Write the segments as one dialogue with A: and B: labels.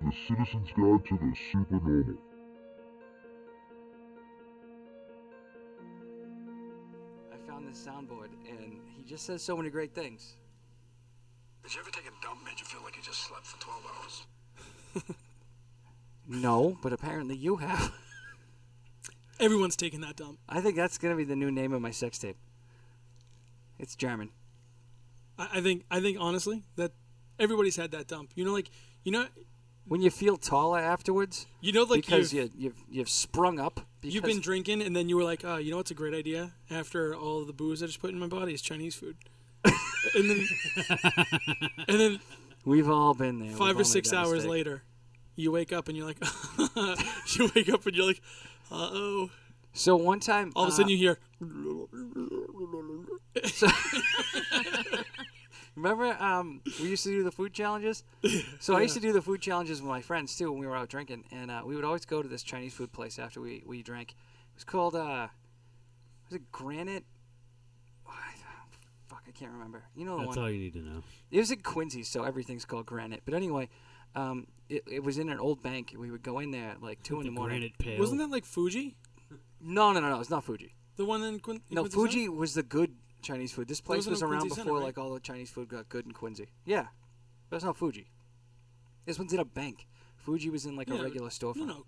A: The Citizen's Guide to the Supernormal.
B: I found this soundboard, and he just says so many great things.
C: Did you ever take a dump made you feel like you just slept for 12 hours?
B: No, but apparently you have.
D: Everyone's taking that dump.
B: I think that's gonna be the new name of my sex tape. It's German.
D: I, I think. I think honestly that everybody's had that dump. You know, like you know,
B: When you feel taller afterwards,
D: you know, like
B: because
D: you've,
B: you, you've you've sprung up. Because
D: you've been drinking, and then you were like, oh, you know what's a great idea? After all the booze I just put in my body is Chinese food. and then, and then
B: we've all been there. We've
D: five
B: all
D: or
B: made
D: six
B: that
D: hours
B: mistake.
D: later, you wake up and you're like, you wake up and you're like, uh oh.
B: So one time,
D: All of a sudden
B: uh,
D: you hear,
B: remember um, we used to do the food challenges. So I used to do the food challenges with my friends too when we were out drinking, and uh, we would always go to this Chinese food place after we we drank. It was called uh, was it Granite? Oh, I- fuck, I can't remember. You know the
E: That's
B: one.
E: all you need to know.
B: It was in Quincy, so everything's called Granite. But anyway, um, it, it was in an old bank. We would go in there at like two in the morning.
E: Granite pale.
D: wasn't that like Fuji?
B: No, no, no, no. It's not Fuji.
D: The one in Quin- in
B: No,
D: Quincy
B: Fuji
D: Center?
B: was the good Chinese food. This place
D: wasn't
B: was
D: in
B: around
D: Quincy
B: before
D: Center, right?
B: like all the Chinese food got good in Quincy. Yeah, but it's not Fuji. This one's in a bank. Fuji was in like
D: Yeah,
B: a regular storefront.
D: No, no.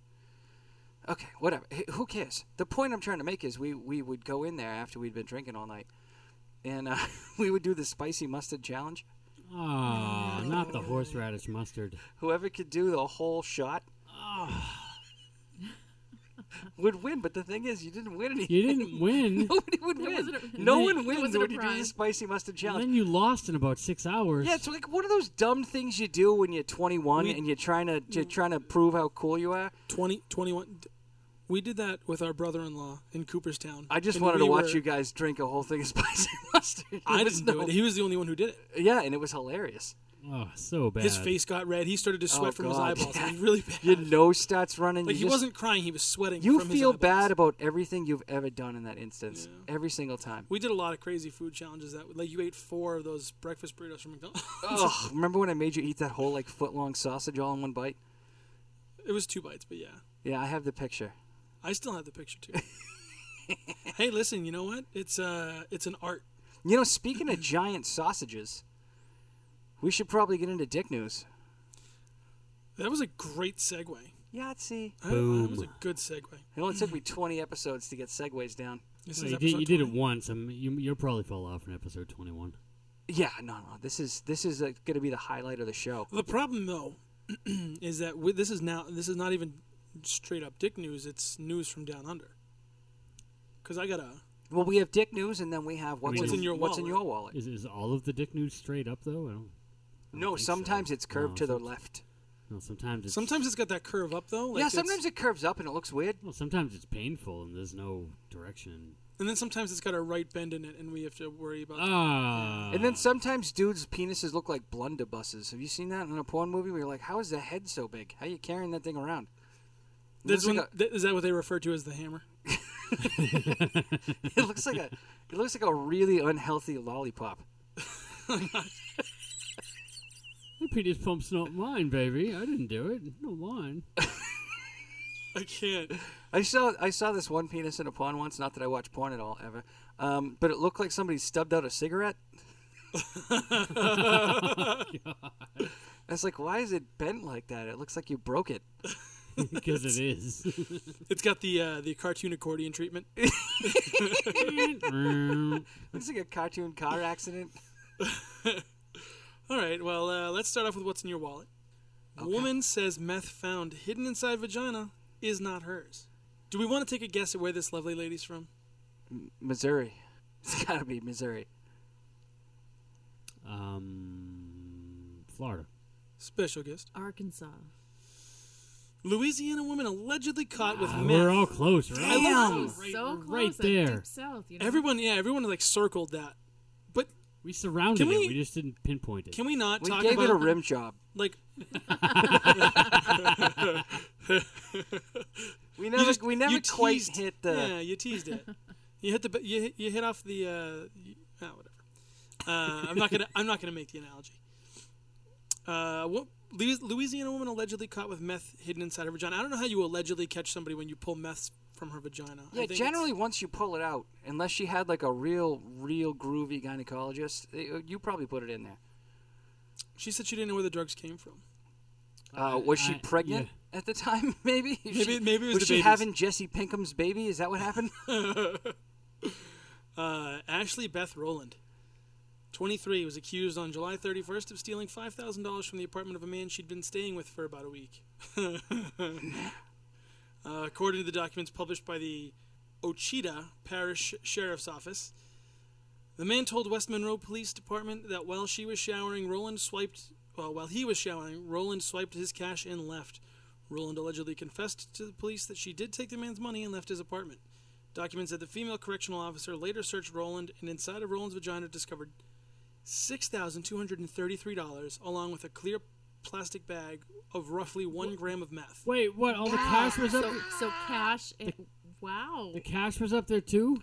B: Okay, whatever. H- who cares? The point I'm trying to make is we we would go in there after we'd been drinking all night, and uh, we would do the spicy mustard challenge.
E: Oh, not the horseradish mustard.
B: whoever could do the whole shot would win. But the thing is, you didn't win anything.
E: You didn't win.
D: Oh,
B: Nobody would win.
F: wasn't a-
B: no
E: There-
B: one
E: there
B: wins
F: wasn't a
B: when you do the
F: prize.
B: spicy mustard
E: And
B: challenge.
E: then you lost in about six hours.
B: yeah, it's like one of those dumb things you do when you're 21
D: We-
B: and you're trying to you're trying to prove how cool you are.
D: 20, 21. We did that with our brother-in-law in Cooperstown.
B: I just
D: And
B: wanted to
D: we
B: watch
D: were-
B: you guys drink a whole thing of spicy mustard. It
D: I
B: was
D: didn't do
B: no-
D: it. He was the only one who did it.
B: yeah, and it was hilarious.
E: Oh, so bad.
D: His face got red. He started to sweat
B: Oh,
D: from
B: God.
D: his eyeballs. It was really bad.
B: Your nose starts running.
D: like
B: you
D: he
B: just-
D: wasn't crying. He was sweating.
B: You
D: from his
B: feel
D: eyeballs.
B: bad about everything you've ever done in that instance, every single time.
D: We did a lot of crazy food challenges. That like you ate four of those breakfast burritos from McDonald's.
B: Oh, remember when I made you eat that whole like foot long sausage all in one bite?
D: it was two bites, but yeah,
B: Yeah, I have the picture.
D: I still have the picture too. hey, listen, you know what? It's uh, it's an art.
B: You know, speaking of giant sausages, we should probably get into dick news.
D: That was a great segue.
B: Yahtzee.
D: I- That was a
E: Boom.
D: good segue.
B: It only took me 20 episodes to get segues down.
D: This
E: Well,
D: is
E: you did,
D: episode
E: you did it
D: 20.
E: once. i you, you'll probably fall off in episode 21.
B: Yeah, no, no. This is this is uh, going to be the highlight of the show.
D: The problem though is that with, this is now this is not even straight up dick news. It's news from down under. Because I got a
B: Well, we have dick news, and then we have what's,
E: What's
B: in,
D: in your
B: what's in
D: wallet?
B: your wallet.
E: Is, is all of the dick news straight up, though? I don't, I don't
B: No,
E: think so.
B: sometimes it's curved
E: No,
B: to the
E: some-
B: left.
E: No, sometimes it's
D: Sometimes it's got that curve up though. Like
B: yeah,
D: it's-
B: sometimes it curves up and it looks weird.
E: well, sometimes it's painful and there's no direction.
D: and then sometimes it's got a right bend in it, and we have to worry about.
E: Ah,
B: And then sometimes dudes' penises look like blunderbusses. Have you seen that in a porn movie? Where you're like, how is the head so big? How you carrying that thing around? It
D: That's
B: looks,
D: when,
B: like
D: th- is that what they refer to as the hammer?
B: a, it looks like a it looks like a really unhealthy lollipop.
E: the penis pump's not mine, baby. I didn't do it. No mine.
D: I can't.
B: I saw I saw this one penis in a porn once. Not that I watch porn at all ever, um, but it looked like somebody stubbed out a cigarette. I was like, why is it bent like that? It looks like you broke it.
E: Because it is.
D: It's got the uh, the cartoon accordion treatment.
B: Looks like a cartoon car accident.
D: All right, well, uh, let's start off with what's in your wallet. Woman says meth found hidden inside vagina is not hers. Do we want to take a guess at where this lovely lady's from?
B: Missouri. It's got to be Missouri.
E: um, Florida.
D: Special guest.
F: Arkansas.
D: Louisiana woman allegedly caught with
E: Ah,
D: meth.
E: we're all close, right?
D: Damn.
F: Oh,
D: Right-
F: so close.
E: right
F: like
E: there.
F: Deep south. You know?
D: everyone, yeah, everyone like circled that. But
E: We surrounded
D: Can we-
E: it. We just didn't pinpoint it.
D: can we not
B: We
D: talk
B: gave
D: about
B: it a rim job.
D: like
B: We never,
D: just-
B: we never quite
D: teased-
B: hit the.
D: Yeah, you teased it. you hit the. b- You hit, you hit off the. Uh, you, ah, whatever. Uh, I'm not gonna. I'm not gonna make the analogy. Uh, what, Louisiana woman allegedly caught with meth hidden inside her vagina. I don't know how you allegedly catch somebody when you pull meth from her vagina. I
B: Yeah,
D: think it's-
B: generally, once you pull it out, unless she had like a real, real groovy gynecologist, it, you probably put it in there.
D: she said she didn't know where the drugs came from.
B: Uh, was she
E: I-
B: pregnant at the time? Maybe.
D: Maybe-
B: She-
D: maybe it was the
B: she
D: babies.
B: having Jesse Pinkham's baby? Is that what happened?
D: Uh, Ashley Beth Rowland, 23, was accused on July 31st of stealing $5,000 from the apartment of a man she'd been staying with for about a week. uh, according to the documents published by the Ochita Parish Sheriff's Office, the man told West Monroe Police Department that while she was showering, Roland swiped. Well, while he was showering, Roland swiped his cash and left. Roland allegedly confessed to the police that she did take the man's money and left his apartment. Documents that the female correctional officer later searched Roland and inside of Roland's vagina discovered $6,233 along with a clear plastic bag of roughly one gram of meth.
E: Wait, what? All the cash was up.
F: So, so cash. And, wow.
E: The cash was up there too.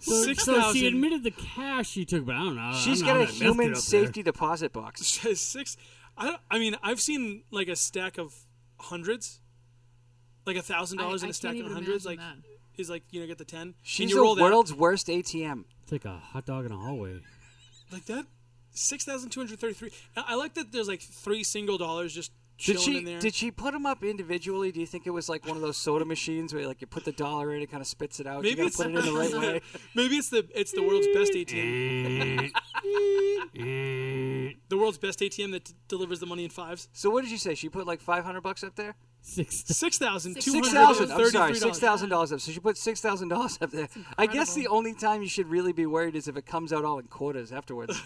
E: So,
D: Six
E: so she
D: thousand-
E: admitted the cash she took, but I don't know.
B: She's
E: I'm
B: got a
E: not that messed it
B: human
E: up
B: safety deposit box.
D: says six. I don't, I mean, I've seen like a stack of hundreds, like a thousand
F: I-
D: dollars in
F: I
D: a stack
F: can't
D: of
F: even
D: hundreds. Like
F: imagine
D: is like you know get the ten. and
B: She's
D: you
B: the
D: roll that-
B: world's worst ATM.
E: There. It's like a hot dog in a hallway.
D: like that six thousand two hundred thirty three. I like that there's like three single dollars just
B: Did
D: chilling
B: she
D: in there.
B: did she put them up individually? Do you think it was like one of those soda machines where like you put the dollar in, it kind of spits it out.
D: Maybe
B: you
D: it's
B: gotta put it in the right way.
D: Maybe it's the it's the world's best ATM. the world's best ATM that d- delivers the money in fives.
B: So what did you say? She put like five hundred bucks up there.
E: Six.
D: Six thousand two
B: Six
D: hundred
B: thousand.
D: thirty
B: I'm
D: three
B: sorry,
D: dollars.
B: six thousand dollars up. So she put six thousand dollars up there. I guess the
F: incredible.
B: only time you should really be worried is if it comes out all in quarters afterwards.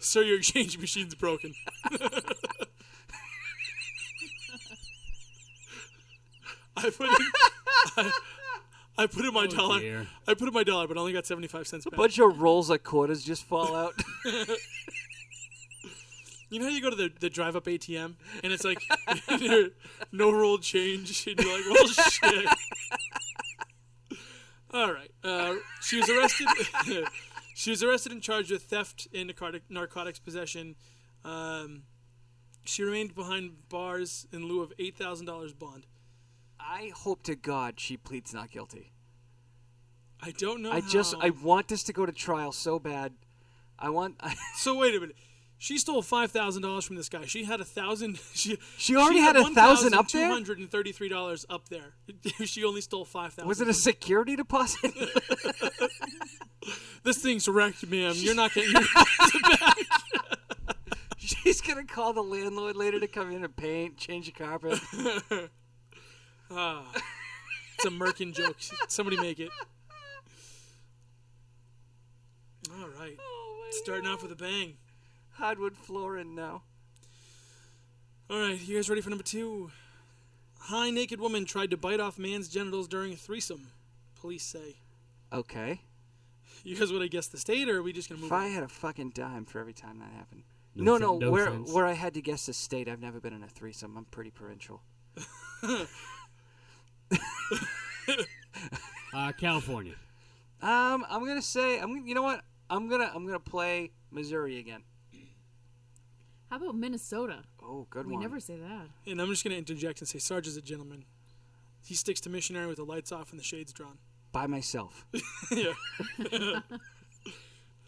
D: Sir, your exchange machine's broken. I put in, I, I put in my dollar.
E: dear.
D: I put in my dollar, but I only got seventy five cents back.
B: bunch of rolls of quarters just fall out.
D: you know how you go to the, the drive up ATM and it's like no roll change, and you're like, well, shit. All right. Uh, she was arrested. she was arrested and charged with theft and narcotic, narcotics possession. Um, she remained behind bars in lieu of eight thousand dollars bond.
B: I hope to God she pleads not guilty.
D: I don't know.
B: I just
D: how-
B: I want this to go to trial so bad. I want.
D: so wait a minute. She stole five thousand dollars from this guy. She had a thousand. She
B: She already had a thousand up there?
D: Two hundred and thirty-three dollars up there. she only stole five thousand.
B: was it a security deposit?
D: This thing's wrecked, ma'am. You're not getting. Your-
B: She's gonna call the landlord later to come in and paint, change the carpet.
D: it's a merkin joke. Somebody make it. All right. Starting off with a bang.
B: Hardwood flooring now.
D: All right, you guys ready for number two? High naked woman tried to bite off man's genitals during a threesome. Police say.
B: Okay.
D: You guys want to guess the state, or are we just gonna move?
B: If I
D: on?
B: had a fucking dime for every time that happened. No,
E: No
B: no.
E: sen- no
B: where
E: sense.
B: where I had to guess the state, I've never been in a threesome. I'm pretty provincial.
E: Uh, California.
B: Um, I'm gonna say I'm. gonna- You know what? I'm gonna I'm gonna play Missouri again.
F: How about Minnesota?
B: Oh, good
F: We
B: one.
F: never say that.
D: And I'm just going to interject and say Sarge is a gentleman. He sticks to missionary with the lights off and the shades drawn,
B: By myself.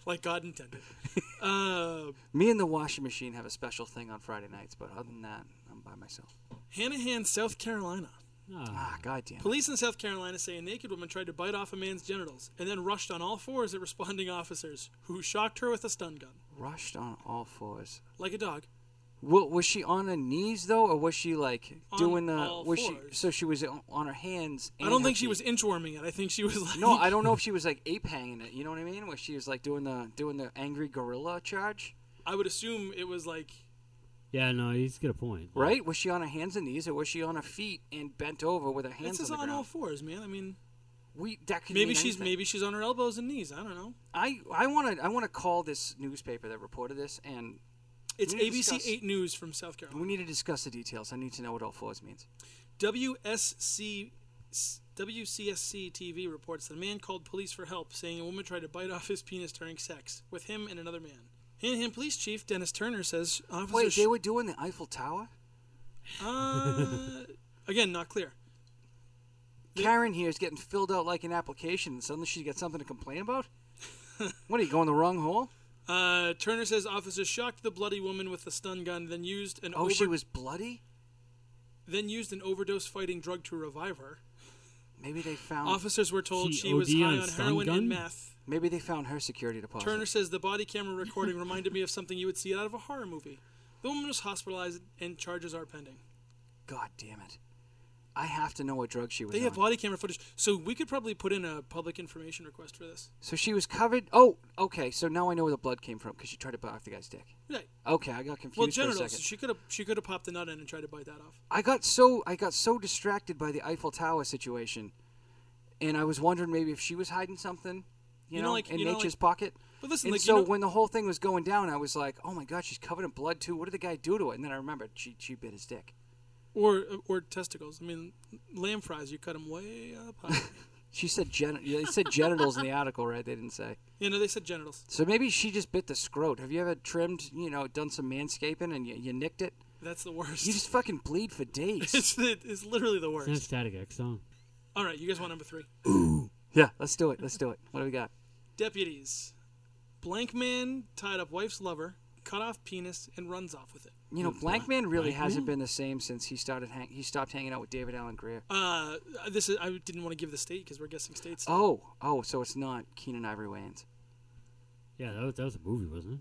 D: like God intended. uh,
B: Me and the washing machine have a special thing on Friday nights, but other than that, I'm by myself.
D: Hanahan, South Carolina. Uh,
E: Ah,
B: Ah, goddamn.
D: Police in South Carolina say a naked woman tried to bite off a man's genitals and then rushed on all fours at responding officers, who shocked her with a stun gun,
B: Rushed on all fours.
D: like a dog.
B: Wa- was she on her knees though, or was she like
D: On
B: doing the?
D: all
B: Was she
D: fours.
B: so she was on- on her hands? And
D: I don't
B: her
D: think she
B: feet.
D: was inchworming it. I think she was like,
B: No, I don't know if she was like ape hanging it. You know what I mean? Where she was like doing the doing the angry gorilla charge,
D: I would assume it was like
E: yeah, no, he's got a point.
B: right? Was she on her hands and knees, or was she on her feet and bent over with her hands
D: this is
B: on the
D: on all
B: ground?
D: fours, man. I mean,
B: we that could
D: maybe
B: mean
D: she's
B: anything.
D: maybe she's on her elbows and knees. I don't know.
B: I I want to I want to call this newspaper that reported this, and
D: It's
B: We need to
D: ABC
B: discuss-
D: Eight News from South Carolina.
B: we need to discuss the details. I need to know what all fours means.
D: WSC WCSC TV reports that a man called police for help, saying a woman tried to bite off his penis during sex with him and another man. Hanahan Police Chief Dennis Turner says officers.
B: Wait, they were doing the Eiffel Tower?
D: Uh, again, not clear.
B: Karen here is getting filled out like an application, and suddenly she's got something to complain about? what are you going the wrong hole?
D: Uh, Turner says officers shocked the bloody woman with the stun gun, then used an
B: Oh,
D: over-
B: she was bloody?
D: then used an overdose fighting drug to revive her.
B: Maybe they found
D: Officers were told
E: She
D: she, was
E: OD
D: high
E: on
D: on,
E: stun
D: heroin
E: gun?
D: and meth.
B: maybe they found her security deposit.
D: Turner says the body camera recording reminded me of something you would see out of a horror movie. The woman was hospitalized and charges are pending.
B: God damn it. I have to know what drug she was
D: They
B: on.
D: have body camera footage, so we could probably put in a public information request for this.
B: so she was covered. Oh, okay. So now I know where the blood came from because she tried to bite off the guy's dick.
D: Right.
B: Okay, I got
D: Well,
B: confused for a
D: genitals.
B: second.
D: She could have she could have popped the nut in and tried to bite that off.
B: I got so I got so distracted by the Eiffel Tower situation, and I was wondering maybe if she was hiding something, you,
D: You know,
B: know,
D: like-
B: in
D: you know,
B: nature's
D: like-
B: pocket.
D: But listen,
B: and
D: like
B: so
D: you know,
B: when the whole thing was going down, I was like, "Oh my god, she's covered in blood too. What did the guy do to it?" And then I remembered she she bit his dick.
D: or or testicles. I mean, lamb fries. You cut them way up high.
B: She said gen- yeah, they said genitals in the article, right? They didn't say.
D: you know, they said genitals.
B: So maybe she just bit the scrot. Have you ever trimmed, you know, done some manscaping and you, you nicked it?
D: That's the worst.
B: You just fucking bleed for days.
D: it's the, it's literally the
E: It's not
D: worst.
E: Static X song.
D: All right, you guys want number three?
B: yeah, let's do it. Let's do it. What do we got?
D: Deputies. Blank man tied up wife's lover, cut off penis, and runs off with it.
B: You know, Blank Man really
E: Blank
B: hasn't
E: Man?
B: been the same since he started. Hang- he stopped hanging out with David Allen Greer.
D: Uh, this is I didn't want to give the state because we're guessing states.
B: Oh, oh, so it's not Keenan Ivory Wayans.
E: Yeah, that was, that was a movie, wasn't it?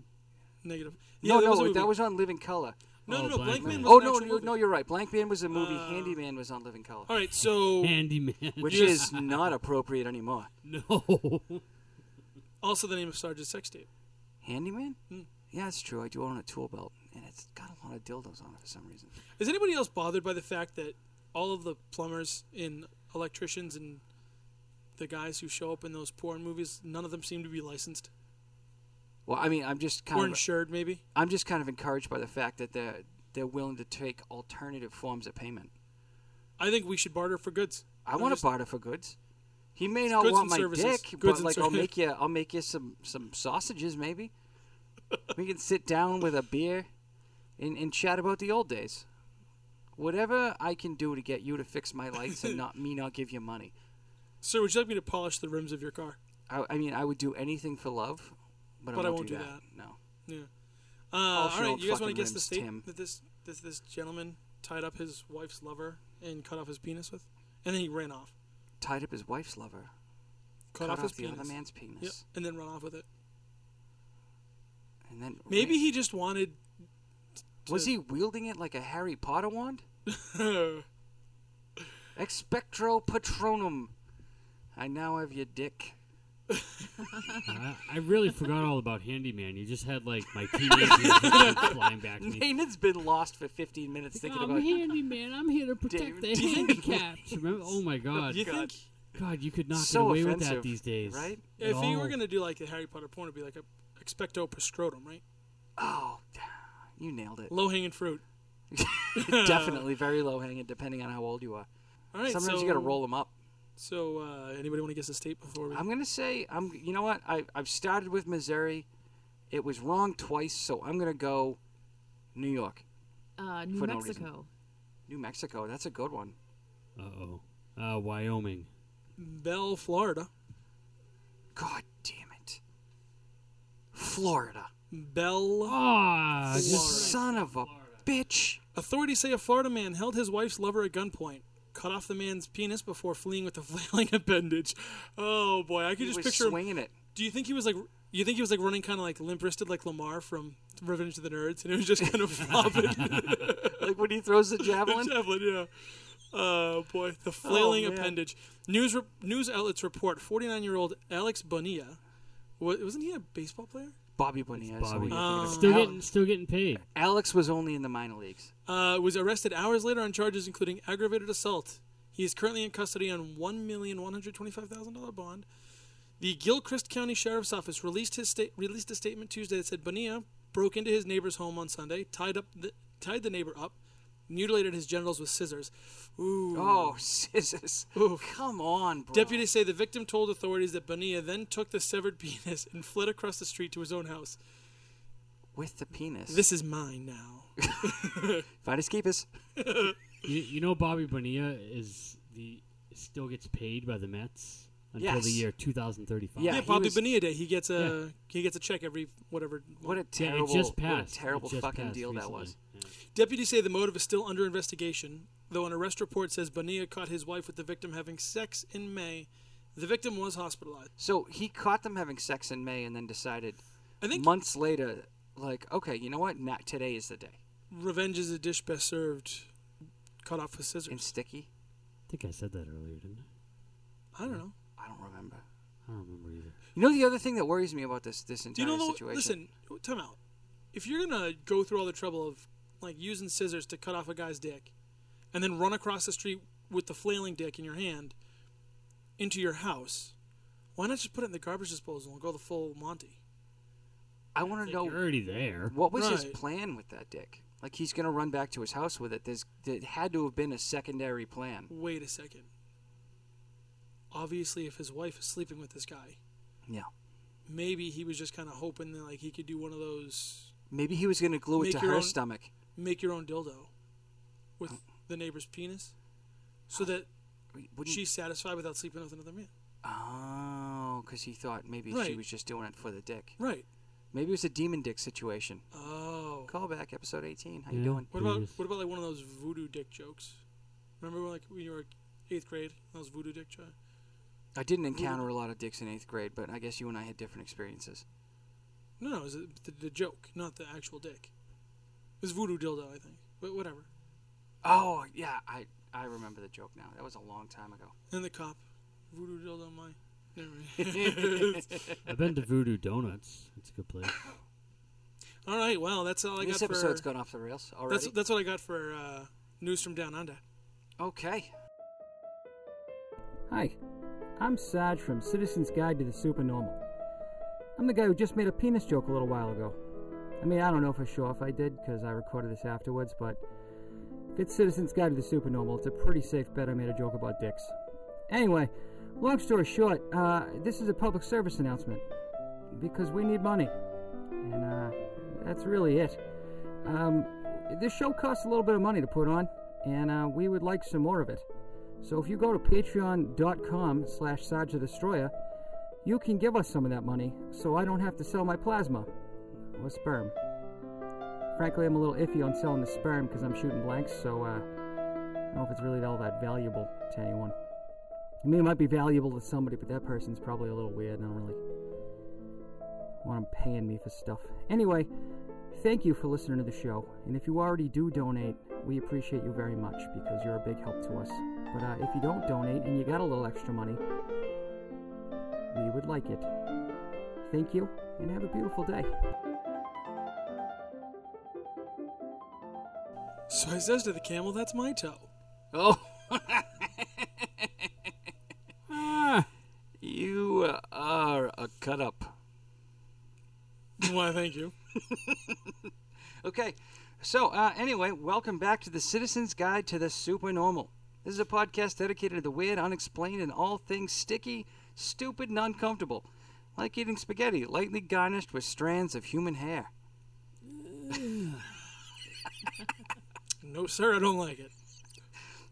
D: Negative.
B: no,
D: there
B: no,
D: a movie.
B: that was on Living Color.
D: no, no,
E: Oh,
D: no. Blank,
E: Blank
D: man.
E: Man.
D: was
B: Oh
D: an
B: no,
D: actual
B: you,
D: movie.
B: no, you're right. Blank Man was a movie.
D: Uh,
B: Handyman was on Living Color,
D: All right, so
E: Handyman.
B: which
D: Yes.
B: is not appropriate anymore.
E: no.
D: also the name of Sarge's sex tape.
B: Handyman?
D: Hmm.
B: Yeah, it's true. I do own a tool belt, and it's got a lot of dildos on it for some reason.
D: Is anybody else bothered by the fact that all of the plumbers and electricians and the guys who show up in those porn movies, none of them seem to be licensed
B: Well, I mean, I'm just kind
D: or
B: of
D: insured, maybe?
B: I'm just kind of encouraged by the fact that they're they're willing to take alternative forms of payment.
D: I think we should barter for goods.
B: I
D: I'm
B: want
D: just-
B: to barter for goods. He may not
D: goods
B: want
D: and
B: my
D: services.
B: dick,
D: Goods
B: but
D: and
B: like I'll
D: services.
B: make you, I'll make you some some sausages maybe. we can sit down with a beer, and, and chat about the old days. Whatever I can do to get you to fix my lights and not me not give you money.
D: Sir, would you like me to polish the rims of your car?
B: I, I mean, I would do anything for love, but,
D: But I
B: I
D: won't
B: won't
D: do
B: that. No.
D: Yeah. Uh, all
B: your
D: right,
B: old
D: you guys want
B: fucking
D: to guess the
B: rims,
D: state
B: Tim.
D: that this, this this gentleman tied up his wife's lover and cut off his penis with, and then he ran off,
B: Tied up his wife's lover,
D: cut, off his
B: the
D: penis,
B: other man's
D: Yep,
B: penis,
D: and then run off with it.
B: and then
D: Maybe he just wanted.
B: was he wielding it like a Harry Potter wand?
D: All
B: Expectro Patronum. I now have your dick.
E: I, I really forgot all about Handyman. You just had like my teenage years flying back to me.
B: Nathan's been lost for 15 minutes thinking
E: I'm
B: about.
E: Handyman. I'm here to
B: David-
E: protect the handicapped. Remember? Oh my God.
D: You think-
E: God, you could not
B: So
E: get away with
B: offensive,
E: that these days,
B: right?
E: At
D: if he were
E: all.
D: gonna do like the Harry Potter porn, it'd be like a expecto proscrotum, right?
B: Oh, you nailed it.
D: Low hanging fruit.
B: Definitely very low hanging, depending on how old you are.
D: All right,
B: Sometimes
D: so,
B: you got to roll them up.
D: So uh, anybody want to guess the state before we?
B: I'm gonna say I'm. You know what? I I've started with Missouri. It was wrong twice, so I'm gonna go New York,
F: Uh, New
B: For no reason.
F: Mexico.
B: New Mexico. That's a good one.
E: Uh-oh. Uh Wyoming.
D: Bell, Florida.
B: God damn it, Florida.
D: Bell.
E: Ah,
D: Florida.
E: just
B: Son of a bitch.
D: Authorities say a Florida man held his wife's lover at gunpoint, cut off the man's penis before fleeing with a flailing appendage. Oh boy, I could
B: He
D: just
B: was
D: picture. Him.
B: swinging it.
D: Do you think he was like? You think he was like running kind of like limp wristed like Lamar from Revenge of the Nerds, and it was just kind of flopping.
B: Like when he throws the javelin.
D: Javelin, yeah. Oh boy, the flailing
B: Oh, man.
D: appendage. News re- news outlets report 49 year old Alex Bonilla. Wa- wasn't he a baseball player?
B: Bobby Bonilla. is the
E: Bobby.
B: one you're
D: Um,
B: thinking of.
E: Still
B: Al-
E: getting, still getting paid.
B: Alex was only in the minor leagues.
D: Uh, was arrested hours later on charges including aggravated assault. He is currently in custody on one million one hundred twenty-five thousand dollar bond. The Gilchrist County Sheriff's Office released his sta- released a statement Tuesday that said Bonilla broke into his neighbor's home on Sunday, tied up the, tied the neighbor up, mutilated his genitals with scissors. Ooh.
B: Oh, scissors. Come on, bro.
D: Deputies say the victim told authorities that Bonilla then took the severed penis and fled across the street to his own house.
B: with the penis.
D: This is mine now.
B: Find escapist.
E: You, you know Bobby Bonilla is the still gets paid by the Mets until the
B: Yes.
E: year 2035.
D: Yeah,
B: Yeah, he
D: Bobby
B: was-
D: Bonilla Day. He gets a he gets a check every whatever.
B: What a
E: Yeah,
B: terrible,
E: it just
B: what a
E: passed. It
B: terrible
E: just
B: fucking
E: passed
B: deal that
E: recently.
B: was.
E: Yeah.
D: Deputies say the motive is still under investigation, though an arrest report says Bonilla caught his wife with the victim having sex in May. The victim was hospitalized.
B: So he caught them having sex in May and then decided
D: I think
B: months later, like, okay, you know what? Not today is the day.
D: revenge is a dish best served cut off with scissors.
B: And sticky.
E: I think I said that earlier, didn't I?
D: I don't know.
B: I don't remember.
E: I don't remember either.
B: You know the other thing that worries me about this this
D: Do
B: entire
D: you know the
B: situation.
D: listen? Time out. If you're gonna go through all the trouble of like using scissors to cut off a guy's dick, and then run across the street with the flailing dick in your hand into your house, why not just put it in the garbage disposal and go the full Monty?
B: I want to
E: Like,
B: know
E: You're already there.
B: what was his
D: Right.
B: plan with that dick. Like he's gonna run back to his house with it. There's there had to have been a secondary plan.
D: Wait a second. Obviously, if his wife is sleeping with this guy,
B: Yeah.
D: maybe he was just kind of hoping that like he could do one of those
B: Maybe he was gonna glue
D: Make
B: it to
D: your
B: her
D: own-
B: stomach.
D: make your own dildo with the neighbor's penis, so that
B: Wouldn't,
D: she's satisfied without sleeping with another man.
B: Oh, because he thought maybe she
D: Right.
B: was just doing it for the dick.
D: Right.
B: Maybe it was a demon dick situation.
D: Oh.
B: Call back episode 18. How you
E: Yeah.
B: doing?
D: What about
E: Yes.
D: what about like one of those voodoo dick jokes? Remember when, like when you were eighth grade, those voodoo dick jokes.
B: I didn't encounter a lot of dicks in eighth grade, but I guess you and I had different experiences.
D: No, no, it was the, the joke, not the actual dick. It was voodoo dildo, I think, but whatever.
B: Oh yeah, I I remember the joke now. That was a long time ago.
D: And the cop, voodoo dildo, my. Never mind.
E: I've been to Voodoo Donuts. It's a good place.
D: all right, well, that's all I
B: this
D: got for.
B: episode's gone off the rails already.
D: That's that's what I got for uh, news from down under.
B: okay.
G: Hi, I'm Sarge from Citizen's Guide to the Supernormal. I'm the guy who just made a penis joke a little while ago. I mean, I don't know for sure if I did because I recorded this afterwards, but if it's Citizen's Guide to the Supernormal, it's a pretty safe bet I made a joke about dicks. Anyway, long story short, uh, this is a public service announcement because we need money. And uh, that's really it. Um, this show costs a little bit of money to put on, and uh, we would like some more of it. So if you go to patreon.com slash Sarge the Destroyer, you can give us some of that money so I don't have to sell my plasma or sperm. Frankly, I'm a little iffy on selling the sperm because I'm shooting blanks, so uh, I don't know if it's really all that valuable to anyone. I mean, it might be valuable to somebody, but that person's probably a little weird and I don't really want them paying me for stuff. Anyway, thank you for listening to the show. And if you already do donate, we appreciate you very much because you're a big help to us. But uh, if you don't donate and you got a little extra money, we would like it. Thank you, and have a beautiful day.
D: So I says to the camel, "That's my toe."
B: Oh,
E: Ah,
B: you are a cut up.
D: Why? Thank you.
B: Okay. So, uh, anyway, welcome back to the Citizen's Guide to the Supernormal. This is a podcast dedicated to the weird, unexplained, and all things sticky, stupid, and uncomfortable. Like eating spaghetti, lightly garnished with strands of human hair.
D: No, sir, I don't like it.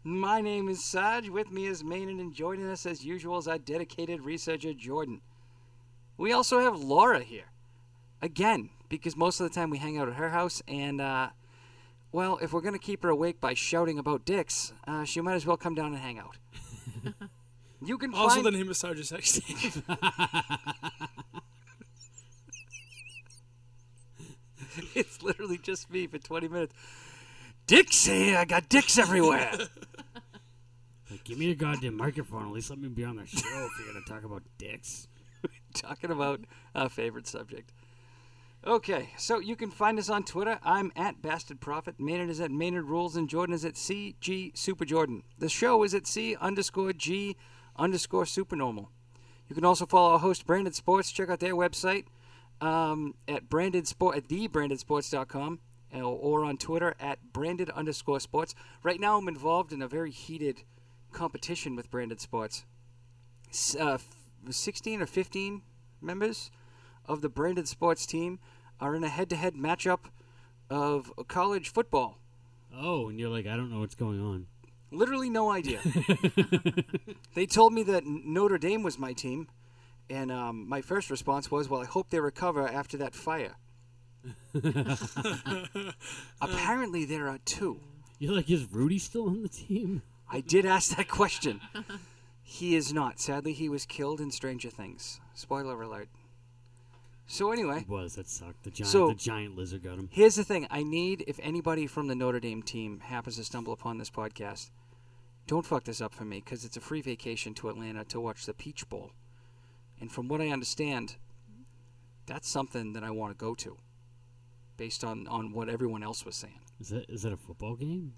B: My name is Saj. With me is Maynard, and joining us as usual is our dedicated researcher, Jordan. We also have Laura here. Again, because most of the time we hang out at her house, and, uh, well, if we're going to keep her awake by shouting about dicks, uh, she might as well come down and hang out. you can
D: Also,
B: find.
D: the name of Sergeant Sexton.
B: it's literally just me for 20 minutes. Dicks here! I got dicks everywhere!
E: like, give me a goddamn microphone. At least let me be on the show if you're gonna talk about dicks.
B: talking about our favorite subject. Okay, so you can find us on Twitter. I'm at Bastard Prophet. Maynard is at Maynard Rules, and Jordan is at CG Super Jordan. The show is at C underscore G underscore Supernormal. You can also follow our host Branded Sports. Check out their website um, at branded sport at thebrandedsports.com uh, or on Twitter at branded underscore sports. Right now, I'm involved in a very heated competition with Branded Sports s- uh, f- 16 or 15 members of the branded sports team are in a head-to-head matchup of college football.
E: Oh, and you're like, I don't know what's going on.
B: Literally no idea. they told me that Notre Dame was my team, and um, my first response was, "Well, I hope they recover after that fire." Apparently, there are two.
E: You're like, is Rudy still on the team?
B: I did ask that question. He is not. Sadly, he was killed in Stranger Things. Spoiler alert. So anyway,
E: It was that sucked. The giant,
B: So-
E: the giant lizard got him.
B: here's the thing. I need if anybody from the Notre Dame team happens to stumble upon this podcast, don't fuck this up for me because it's a free vacation to Atlanta to watch the Peach Bowl. And from what I understand, that's something that I want to go to based on on what everyone else was saying.
E: Is that is that a football game?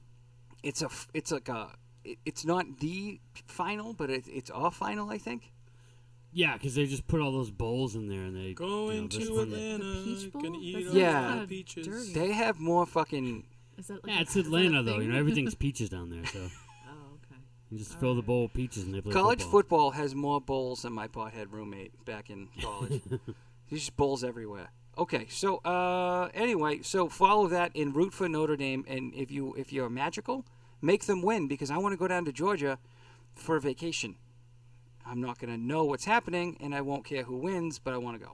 B: It's a f- it's like a it- it's not the final, but it, it's a final, I think.
E: Yeah, because they just put all those bowls in there and they you know,
D: Going
E: this
D: to
E: one-
D: Atlanta,
F: The Peach Bowl?
D: gonna eat
F: That
D: all
B: sounds
D: the
B: kinda
D: peaches.
F: dirty.
B: They have more fucking
F: Is that like
E: Yeah,
F: a-
E: it's
F: is that a
E: Atlanta though.
F: thing?
E: You know everything's peaches down there, so
F: oh, okay.
E: you just fill the bowl with peaches and they play
B: College
E: football.
B: football has more bowls than my pothead roommate back in college. There's just bowls everywhere. Okay, so uh, anyway, so follow that and root for Notre Dame, and if you if you're magical, make them win because I want to go down to Georgia for a vacation. I'm not going to know what's happening, and I won't care who wins, but I want to go.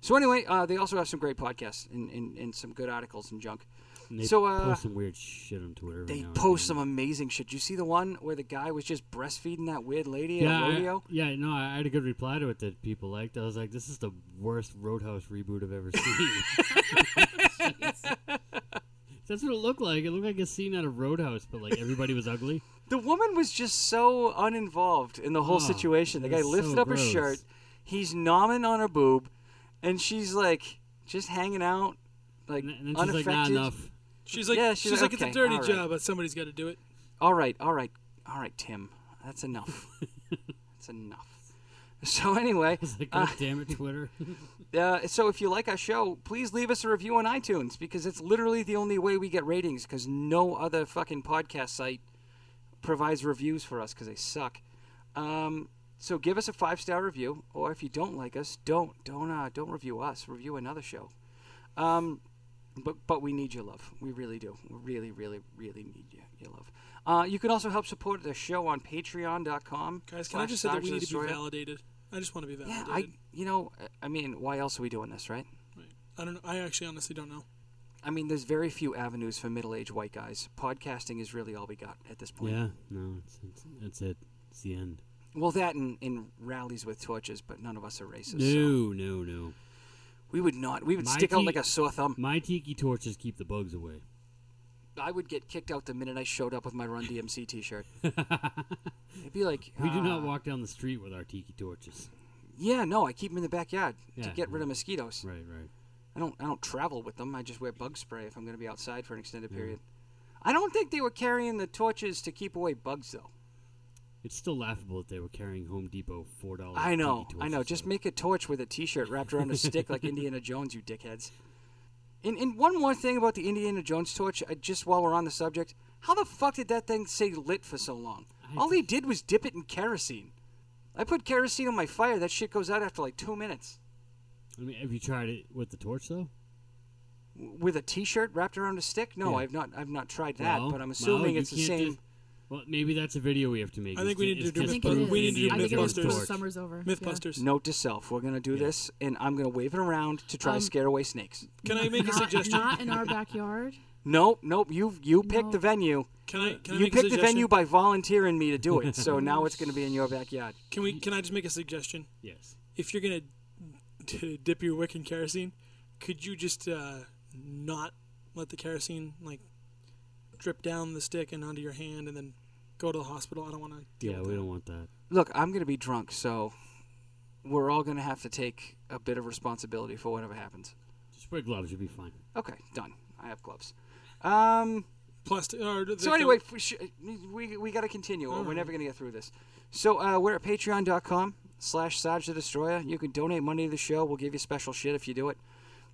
B: So anyway, uh, they also have some great podcasts and, and, and some good articles and junk.
E: And they
B: so uh,
E: post some weird shit on Twitter. every
B: they
E: now and
B: post
E: then.
B: some amazing shit. Did you see the one where the guy was just breastfeeding that weird lady
E: Yeah,
B: at a rodeo?
E: I, yeah, no, I had a good reply to it that people liked. I was like, "This is the worst Roadhouse reboot I've ever seen." That's what it looked like. It looked like a scene out of Roadhouse, but like everybody was ugly.
B: The woman was just so uninvolved in the whole
E: Oh,
B: situation. The
E: it
B: guy
E: was
B: lifted
E: so
B: up her
E: gross.
B: shirt, he's nomming on her boob, and she's like just hanging out, like
E: And, then she's like,
B: unaffected.
E: "Not enough."
D: She's like,
B: Yeah,
D: she's,
B: she's
D: like,
B: like,
D: it's a
B: okay,
D: dirty
B: all right.
D: job, but somebody's got to do it.
B: All right, all right, all right, Tim, that's enough. that's enough. So anyway,
E: It's like,
B: uh,
E: "God damn it, Twitter!"
B: uh, so if you like our show, please leave us a review on iTunes because it's literally the only way we get ratings. Because no other fucking podcast site provides reviews for us because they suck. Um, so give us a five star review, or if you don't like us, don't don't uh, don't review us. Review another show. Um, but but we need your love. We really do. We really really really need your, your love. Uh, you can also help support the show on Patreon.com.
D: Guys, can I
B: slash
D: just say that
B: Stars
D: we
B: of the
D: need to be
B: Destroyer.
D: validated? I just want to be
B: Yeah,
D: validated.
B: I you know I mean why else are we doing this, right?
D: I don't know. I actually honestly don't know.
B: I mean, there's very few avenues for middle-aged white guys. Podcasting is really all we got at this point.
E: yeah, no, it's, it's, that's it. It's the end.
B: Well, that and in rallies with torches, but none of us are racist. So
E: No, no, no.
B: we would not. We would
E: My
B: stick out
E: te-
B: like a sore thumb.
E: My tiki torches keep the bugs away.
B: I would get kicked out the minute I showed up with my Run DMC T-shirt. They'd be like,
E: We do
B: "Ah,
E: not walk down the street with our tiki torches.
B: Yeah, no, I keep them in the backyard to
E: Yeah,
B: get rid of
E: yeah.
B: mosquitoes.
E: Right, right.
B: I don't. I don't travel with them. I just wear bug spray if I'm going to be outside for an extended period. I don't think they were carrying the torches to keep away bugs, though.
E: It's still laughable that they were carrying Home Depot four dollars.
B: I know, I know. Just make a torch with a T-shirt wrapped around a stick like Indiana Jones, you dickheads. And, and one more thing about the Indiana Jones torch, uh, just while we're on the subject, how the fuck did that thing stay lit for so long?
E: I-
B: All he did was dip it in kerosene. I put kerosene on my fire. That shit goes out after like two minutes.
E: I mean, have you tried it with the torch though?
B: W- With a T-shirt wrapped around a stick? No,
E: Yeah.
B: I've not. I've not tried that.
E: Well,
B: but I'm
E: no,
B: assuming
E: you
B: it's the
E: can't
B: same.
E: do- well, maybe that's a video we have to make.
D: I
E: is
D: think we
E: ju-
D: need to
E: is
D: do
F: I
E: just
F: think
D: Mythbusters.
F: it
E: prove
F: is.
D: We need to do
F: I think it was
D: Mythbusters.
F: before the summer's over.
D: Mythbusters.
B: Note to self: We're gonna do this, and I'm gonna wave it around to try
F: Um,
B: to scare away snakes.
D: Can I
F: Yeah.
D: make a
F: Not-
D: suggestion?
F: Not in our backyard.
B: Nope, nope. You you picked
F: No.
B: the venue.
D: Can I? Can I
B: you
D: make
B: picked
D: a
B: the
D: suggestion?
B: venue by volunteering me to do it, so now it's going to be in your backyard.
D: Can we? Can I just make a suggestion?
E: Yes.
D: If you're gonna d- dip your wick in kerosene, could you just uh, not let the kerosene like drip down the stick and onto your hand, and then go to the hospital? I don't want to.
E: Yeah, we don't want that.
B: Look, I'm going to be drunk, so we're all going to have to take a bit of responsibility for whatever happens.
E: Just wear gloves. You'll be fine.
B: Okay, done. I have gloves. Um,
D: Plastic. Or the-
B: so
D: the-
B: anyway, f- sh- we, we got to continue, or we're never going to get through this. So uh, we're at patreon.com slash Sarge the Destroyer. You can donate money to the show. We'll give you special shit if you do it.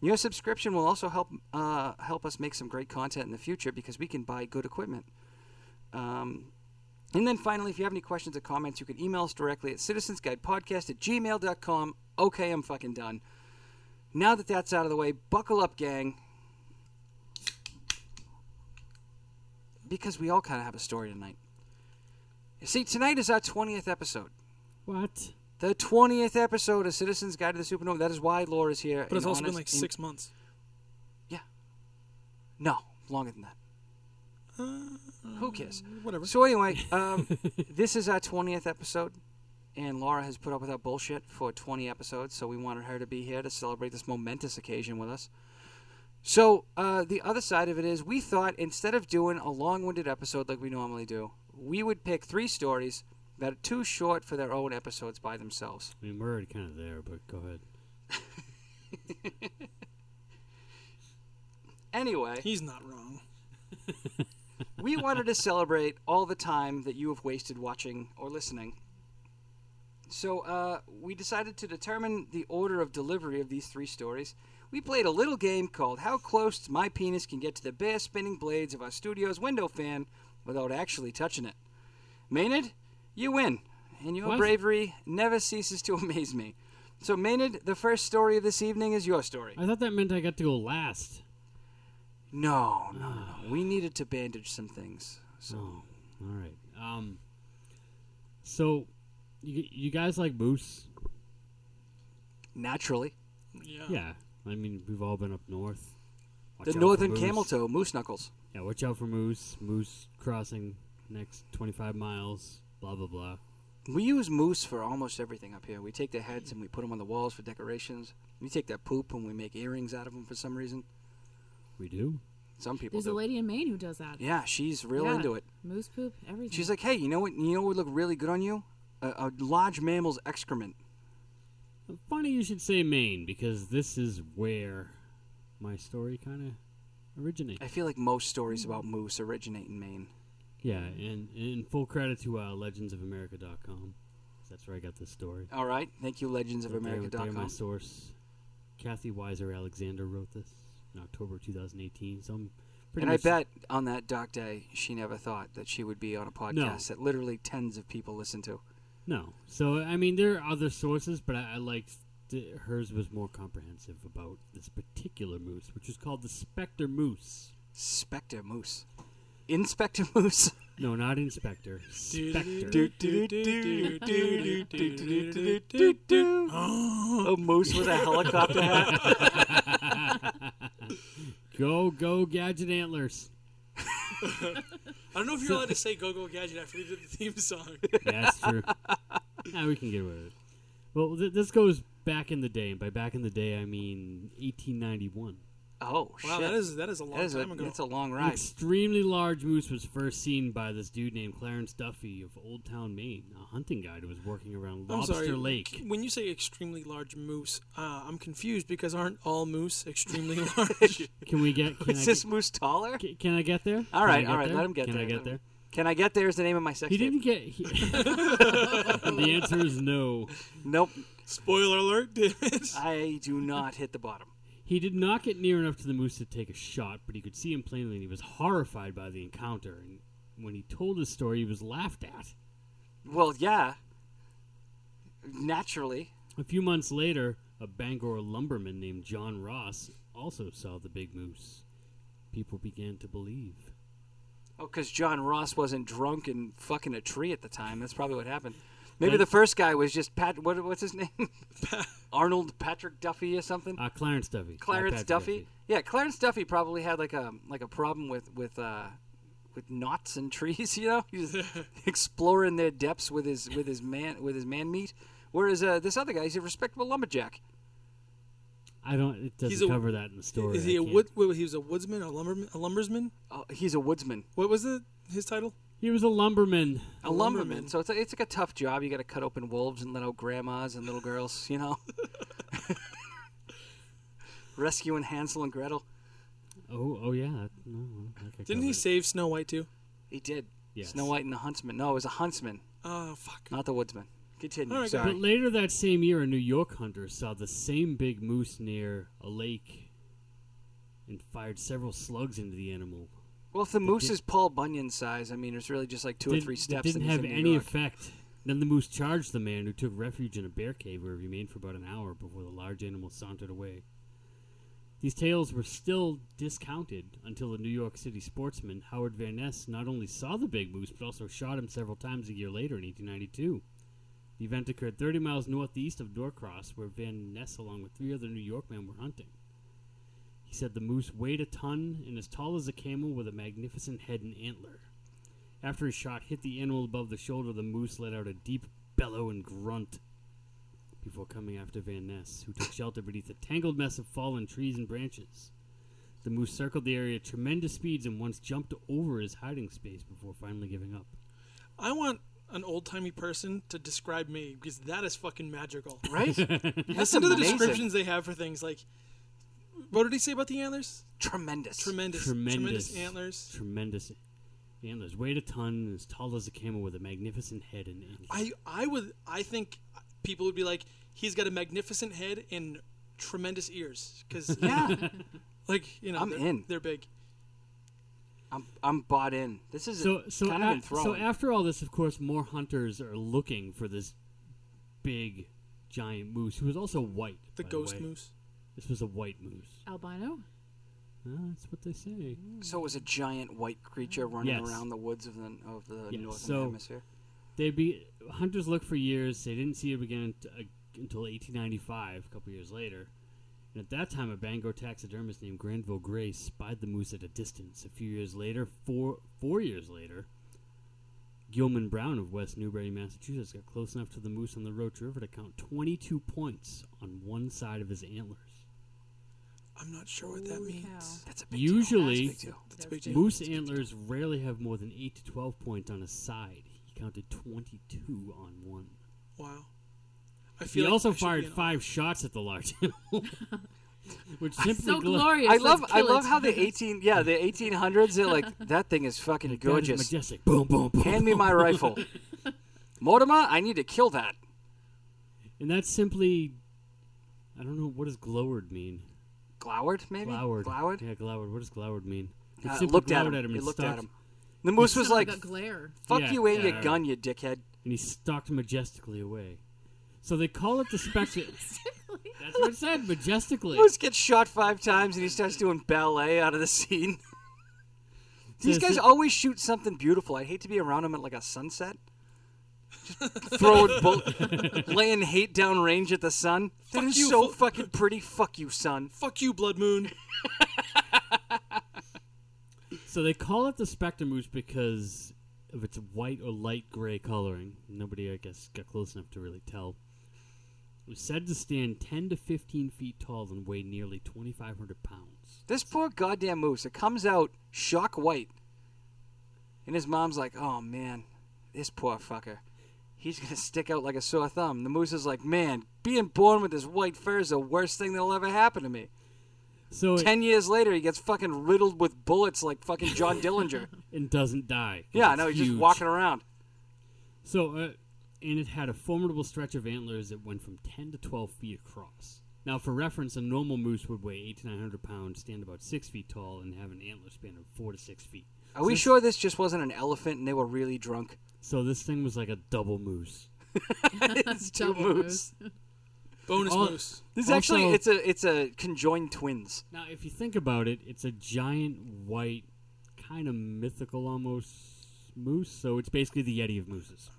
B: Your subscription will also help uh, help us make some great content in the future because we can buy good equipment. Um, and then finally, if you have any questions or comments, you can email us directly at citizensguidepodcast at gmail.com. Okay, I'm fucking done. Now that that's out of the way, buckle up, gang. Because we all kind of have a story tonight. You see, tonight is our 20th episode.
E: What?
B: The 20th episode of Citizens Guide to the Supernova. That is why Laura's here.
D: But it's
B: in
D: also been like
B: honest- in-
D: six months.
B: No, longer than that. Who cares?
D: Whatever.
B: So anyway, um, this is our twentieth episode, and Laura has put up with our bullshit for twenty episodes. So we wanted her to be here to celebrate this momentous occasion with us. So uh, the other side of it is, we thought instead of doing a long-winded episode like we normally do, we would pick three stories that are too short for their own episodes by themselves.
E: I mean, we're already kind of there, but go ahead.
B: Anyway,
D: He's not wrong.
B: we wanted to celebrate all the time that you have wasted watching or listening. So uh, we decided to determine the order of delivery of these three stories. We played a little game called How Close My Penis Can Get to the Bare Spinning Blades of Our Studio's Window Fan Without Actually Touching It. Maynard, you win, and your
E: What?
B: bravery never ceases to amaze me. So, Maynard, the first story of this evening is your story.
E: I thought that meant I got to go last.
B: No, no, no. no. We needed to bandage some things. So,
E: Oh, all right. Um, so you, you guys like moose?
B: naturally.
D: Yeah.
E: Yeah. I mean, we've all been up north. Watch out
B: the
E: for
B: northern
E: moose.
B: camel toe moose knuckles.
E: Yeah, watch out for moose. Moose crossing next 25 miles. Blah blah blah.
B: We use moose for almost everything up here. We take their heads and we put them on the walls for decorations. We take their poop and we make earrings out of them for some reason.
E: We do.
B: Some people
F: There's
B: do.
F: a lady in Maine who does that.
B: Yeah, she's real
F: Yeah.
B: into it.
F: Moose poop, everything.
B: She's like, hey, you know what? You know what would look really good on you? A, a large mammal's excrement.
E: Funny you should say Maine because this is where my story kind of originates.
B: I feel like most stories about moose originate in Maine.
E: Yeah, and, and full credit to uh, legendsofamerica.com. That's where I got this story.
B: All right, thank you,
E: They're, they're my
B: legendsofamerica.com.
E: source. Kathy Weiser Alexander wrote this in October 2018. So I'm pretty
B: And I
E: much
B: bet on that doc day, she never thought that she would be on a podcast that literally tens of people listen to.
E: No. So, I mean, there are other sources, but I, I liked th- hers was more comprehensive about this particular moose, which is called the Spectre Moose.
B: Spectre Moose. Inspector Moose.
E: No, not Inspector. Spectre.
B: a moose with a helicopter hat.
E: go, go, Gadget Antlers.
D: I don't know if you're allowed to say Go Go Gadget after we did the theme song.
E: That's true. nah, we can get away with it. Well, th- this goes back in the day, and by back in the day, I mean 1891.
B: Oh
D: Wow,
B: shit!
D: that is that is a long
B: That is
D: time
B: a,
D: ago.
B: that's a long
E: An
B: ride.
E: extremely large moose was first seen by this dude named Clarence Duffy of Old Town, Maine, a hunting guide who was working around
D: I'm
E: Lobster
D: sorry.
E: Lake.
D: When you say extremely large moose, uh, I'm confused because aren't all moose extremely large?
E: Can we get? Can I
B: Is
E: get
B: this moose taller?
E: Can, can I get there?
B: All right,
E: Can I
B: all right,
E: there?
B: let him get
E: Can
B: there.
E: I get there?
B: Can I get there? Is the name of my sex
E: He
B: tape.
E: didn't get. He, the answer is no.
B: Nope,
D: Spoiler alert, David.
B: I do not hit the bottom.
E: He did not get near enough to the moose to take a shot, but he could see him plainly, and he was horrified by the encounter. And when he told his story, he was laughed at.
B: Well, yeah. Naturally,
E: A few months later, a Bangor lumberman named John Ross also saw the big moose. People began to believe.
B: oh, because John Ross wasn't drunk and fucking a tree at the time. That's probably what happened. Maybe the first guy was just Pat. What, what's his name? Arnold Patrick Duffy or something.
E: Uh, Clarence Duffy. not
B: Clarence
E: Patrick
B: Duffy. Yeah, Clarence Duffy probably had like a like a problem with with uh, with knots and trees. You know, he's exploring their depths with his with his man with his man meat. Whereas uh, this other guy, he's a respectable lumberjack.
E: I don't. It
D: He's
E: doesn't
D: a-
E: cover that in the story.
D: Is
E: I
D: he a
E: can't-
D: wood? Wait, he was a woodsman, a lumberman, a lumbersman.
B: Uh, he's a woodsman,
D: What was the his title?
E: He was a lumberman.
B: a lumberman. So it's a, it's like a tough job. You got to cut open wolves and little grandmas and little girls. You know, rescuing Hansel and Gretel.
E: Oh, oh yeah. that- No, that could
D: Didn't
E: cover
D: he
E: it.
D: save Snow White too?
B: He did.
E: Yes.
B: Snow White and the Huntsman. No, it was a huntsman,
D: Oh fuck.
B: not the woodsman. Continue.
D: All right,
B: Sorry.
E: But later that same year, a New York hunter saw the same big moose near a lake and fired several slugs into the animal.
B: Well, if the moose
E: did-
B: is Paul Bunyan size, I mean, it's really just like two or
E: Didn't-
B: three
E: that
B: steps.
E: didn't
B: and he's
E: have
B: in New
E: any
B: York.
E: effect. Then the moose charged the man, who took refuge in a bear cave where he remained for about an hour before the large animal sauntered away. These tales were still discounted until the New York City sportsman Howard Van Ness not only saw the big moose but also shot him several times a year later in 1892. The event occurred 30 miles northeast of Norcross, where Van Ness, along with three other New York men, were hunting. He said the moose weighed a ton and as tall as a camel with a magnificent head and antler. After his shot hit the animal above the shoulder, the moose let out a deep bellow and grunt before coming after Van Ness, who took shelter beneath a tangled mess of fallen trees and branches. The moose circled the area at tremendous speeds and once jumped over his hiding space before finally giving up.
D: I want an old timey person to describe me because that is fucking magical.
B: Right?
D: Listen to the descriptions they have for things like. What did he say about the antlers?
B: Tremendous.
D: Tremendous,
E: Tremendous,
D: antlers.
E: Tremendous antlers. Weighed a ton, and as tall as a camel with a magnificent head and antlers.
D: I I would I think people would be like, he's got a magnificent head and tremendous ears because
B: yeah,
D: like you know
B: I'm
D: they're,
B: in.
D: they're big.
B: I'm, I'm bought in. This is
E: so so
B: kind
E: a-
B: of enthralling.
E: so after all this, of course, more hunters are looking for this big giant moose who was also white.
D: The
E: by
D: ghost
E: way.
D: moose.
E: This was a white moose.
F: Albino?
E: Uh, that's what they say.
B: so it was a giant white creature running
E: Yes.
B: around the woods of the of the
E: Yes,
B: northern
E: so-
B: hemisphere.
E: They be hunters looked for years. They didn't see it again unt- uh, until 1895, a couple years later. And at that time, a Bangor taxidermist named Granville Gray spied the moose at a distance. A few years later, four four years later, Gilman Brown of West Newbury, Massachusetts, got close enough to the moose on the Roach River to count 22 points on one side of his antlers.
D: I'm not sure what that
F: Holy
D: means.
B: That's a big deal.
E: Usually,
B: That's a big deal.
D: That's a big deal.
E: moose antlers rarely have more than 8 to 12 points on a side. He counted 22 on one.
D: Wow. I
E: He
D: like
E: also
D: I should be
E: fired
D: an-
E: five shots at the large animal, which simply
F: So
E: glo-
F: glorious.
B: I love
F: Let's
B: I
F: kill
B: love
F: it.
B: how the eighteen yeah the eighteen hundreds they're like that thing is fucking
E: That is
B: gorgeous.
E: majestic. Boom, boom, boom.
B: Hand me my
E: boom.
B: rifle, Mortimer. I need to kill that.
E: And that's simply, I don't know what does gloward mean.
B: Gloward maybe.
E: Gloward. Yeah, gloward. What does gloward mean? They
B: Uh,
E: simply
B: looked at him.
E: glowered
B: It
E: and
B: looked at
E: stalked-
B: him. The moose was
F: Kinda
B: like,
F: a glare.
B: "Fuck
E: Yeah,
B: you and
E: yeah,
B: your gun, you dickhead."
E: and he stalked majestically away. So they call it the spectre. that's what it said, majestically.
B: Moose gets shot five times and he starts doing ballet out of the scene. These
E: Says
B: guys
E: that-
B: always shoot something beautiful. I hate to be around them at like a sunset. Just throwing bull laying hate down range at the sun. That
D: Fuck
B: is
D: you,
B: so
D: fu-
B: fucking pretty. Fuck you, son.
D: Fuck you, Blood Moon.
E: So they call it the spectre moose because of its white or light gray coloring. Nobody, I guess, got close enough to really tell. It was said to stand 10 to 15 feet tall and weigh nearly 2,500 pounds.
B: This poor goddamn moose. It comes out shock white, and his mom's like, "Oh man, this poor fucker. He's gonna stick out like a sore thumb." The moose is like, "Man, being born with this white fur is the worst thing that'll ever happen to me."
E: So it,
B: Ten years later, he gets fucking riddled with bullets like fucking John Dillinger.
E: and doesn't die. 'cause
B: yeah, I
E: it's
B: know. He's just
E: huge.
B: walking around.
E: So, uh, and it had a formidable stretch of antlers that went from 10 to 12 feet across. Now, for reference, a normal moose would weigh 8 to 900 pounds, stand about 6 feet tall, and have an antler span of 4 to 6 feet.
B: Are we
E: Since-
B: sure this just wasn't an elephant and they were really drunk?
E: So this thing was like a double moose.
B: it's two
F: Double
B: moose.
D: Bonus
E: Oh.
D: moose.
B: This is
E: Also-
B: actually it's a it's a conjoined twins.
E: Now, if you think about it, it's a giant white, kind of mythical almost moose. So it's basically the Yeti of mooses.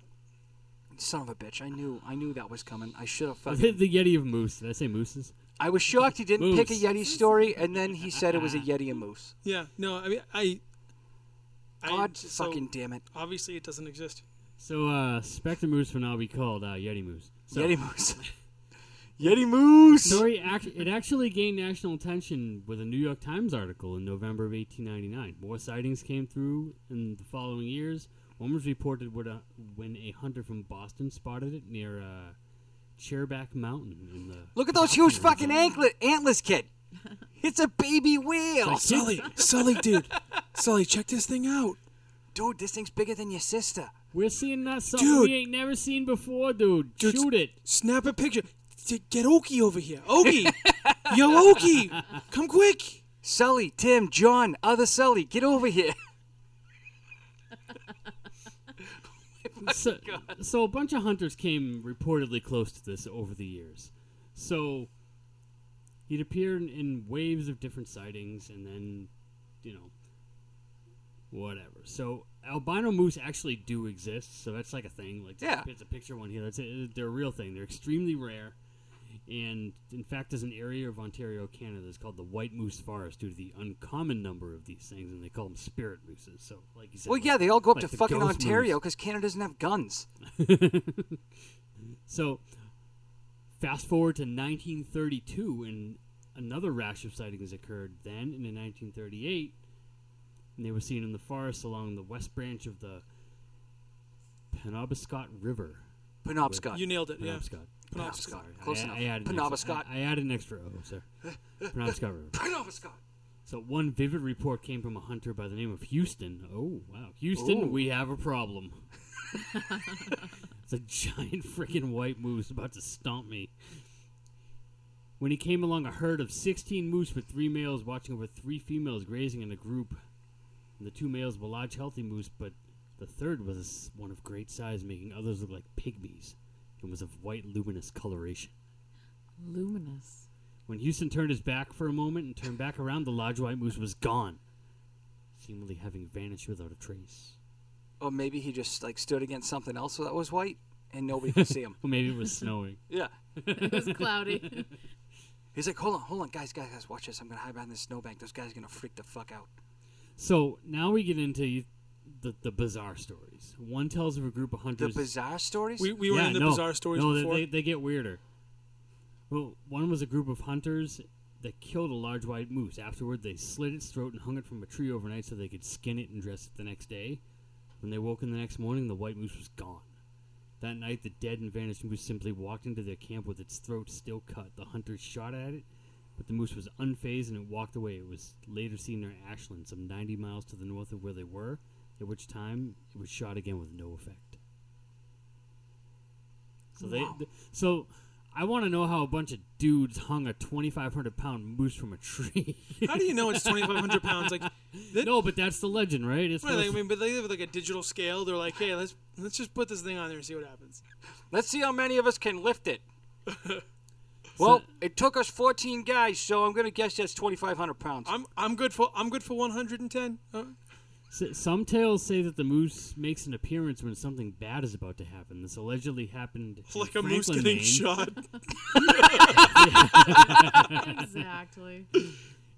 B: Son of a bitch! I knew I knew that was coming. I should have fucking
E: the Yeti of moose. Did I say mooses?
B: I was shocked he didn't pick a
E: Moose.
B: Yeti story, and then he said it was a Yeti and moose.
D: Yeah. No. I mean, I. I-
B: God
D: so
B: fucking damn it.
D: Obviously, it doesn't exist.
E: So uh, spectre moose will now be called uh, Yeti moose. So,
B: Yeti moose. Yeti moose!
E: Story act- it actually gained national attention with a New York Times article in November of 1899. More sightings came through in the following years. One was reported when a, when a hunter from Boston spotted it near uh, Chairback Mountain in the
B: Look at those huge
E: Mountain
B: fucking
E: Range.
B: antlet- antlers, kid. It's a baby whale.
D: Sully, Sully, dude, Sully, check this thing out.
B: Dude, this thing's bigger than your sister.
E: We're seeing that something
D: Dude.
E: we ain't never seen before, dude.
D: Dude,
E: Shoot it.
D: Snap a picture. D- Get Oki over here. Oki, yo, Oki, come quick.
B: Sully, Tim, John, other Sully, get over here.
E: So, so a bunch of hunters came reportedly close to this over the years. So He'd appear in, in waves of different sightings, and then, you know, whatever. So albino moose actually do exist. So that's like a thing. Like
B: Yeah.
E: it's a picture one here. That's it. They're a real thing. They're extremely rare. And in fact, there's an area of Ontario, Canada, that's called the White Moose Forest due to the uncommon number of these things, and they call them spirit mooses. So, like you said,
B: Well,
E: like-
B: yeah, they all go up
E: like
B: to
E: the
B: fucking
E: ghost
B: Ontario
E: moose.
B: because Canada doesn't have guns.
E: so, fast forward to 1932, and another rash of sightings occurred then, and in 1938, and they were seen in the forest along the west branch of the Penobscot River.
B: Penobscot.
D: You nailed it. Yeah.
E: Penobscot. Ah,
D: Penobscot.
B: Penobscot. Close
E: I,
B: enough.
E: I added an
B: Penobscot.
E: Extra, I, I added an extra O, sir. Penobscot River.
B: Penobscot.
E: So one vivid report came from a hunter by the name of Houston. Oh wow, Houston,
B: Ooh.
E: we have a problem. it's a giant freaking white moose about to stomp me. When he came along a herd of 16 moose with three males watching over three females grazing in a group, and the two males were large, healthy moose, but the third was s- one of great size, making others look like pygmies, and was of white, luminous coloration.
F: Luminous.
E: When Houston turned his back for a moment and turned back around, the large white moose was gone, seemingly having vanished without a trace.
B: Or maybe he just like stood against something else that was white and nobody could see him.
E: Well, maybe it was snowing.
B: Yeah.
F: It was cloudy.
B: He's like, hold on, hold on, guys, guys, guys, watch this. I'm gonna hide behind this snowbank. Those guys are gonna freak the fuck out.
E: So now we get into the, the bizarre stories. One tells of a group of
B: The
E: hunters.
B: bizarre stories.
D: We, we were
E: Yeah,
D: in the
E: no.
D: bizarre stories
E: No, they-
D: before.
E: They, they get weirder. Well, one was a group of hunters that killed a large white moose. Afterward, they slit its throat and hung it from a tree overnight so they could skin it and dress it the next day. When they woke in the next morning, the white moose was gone. That night, the dead and vanished moose simply walked into their camp with its throat still cut. The hunters shot at it, but the moose was unfazed and it walked away. It was later seen near Ashland, some 90 miles to the north of where they were, at which time it was shot again with no effect. So they, th- so I want to know how a bunch of dudes hung a 2,500 pound moose from a tree.
D: How do you know it's 2,500 pounds? Like, that,
E: no, but that's the legend, right? It's
D: Right, like, I
E: supposed-
D: mean, but they have like a digital scale. They're like, hey, let's let's just put this thing on there and see what happens.
B: Let's see how many of us can lift it. well, it took us 14 guys, so I'm gonna guess that's 2,500 pounds.
D: I'm I'm good for I'm good for 110. Uh,
E: S- Some tales say that the moose makes an appearance when something bad is about to happen. This allegedly happened in
D: like a moose
E: Franklin,
D: getting
E: Maine.
D: shot.
F: exactly.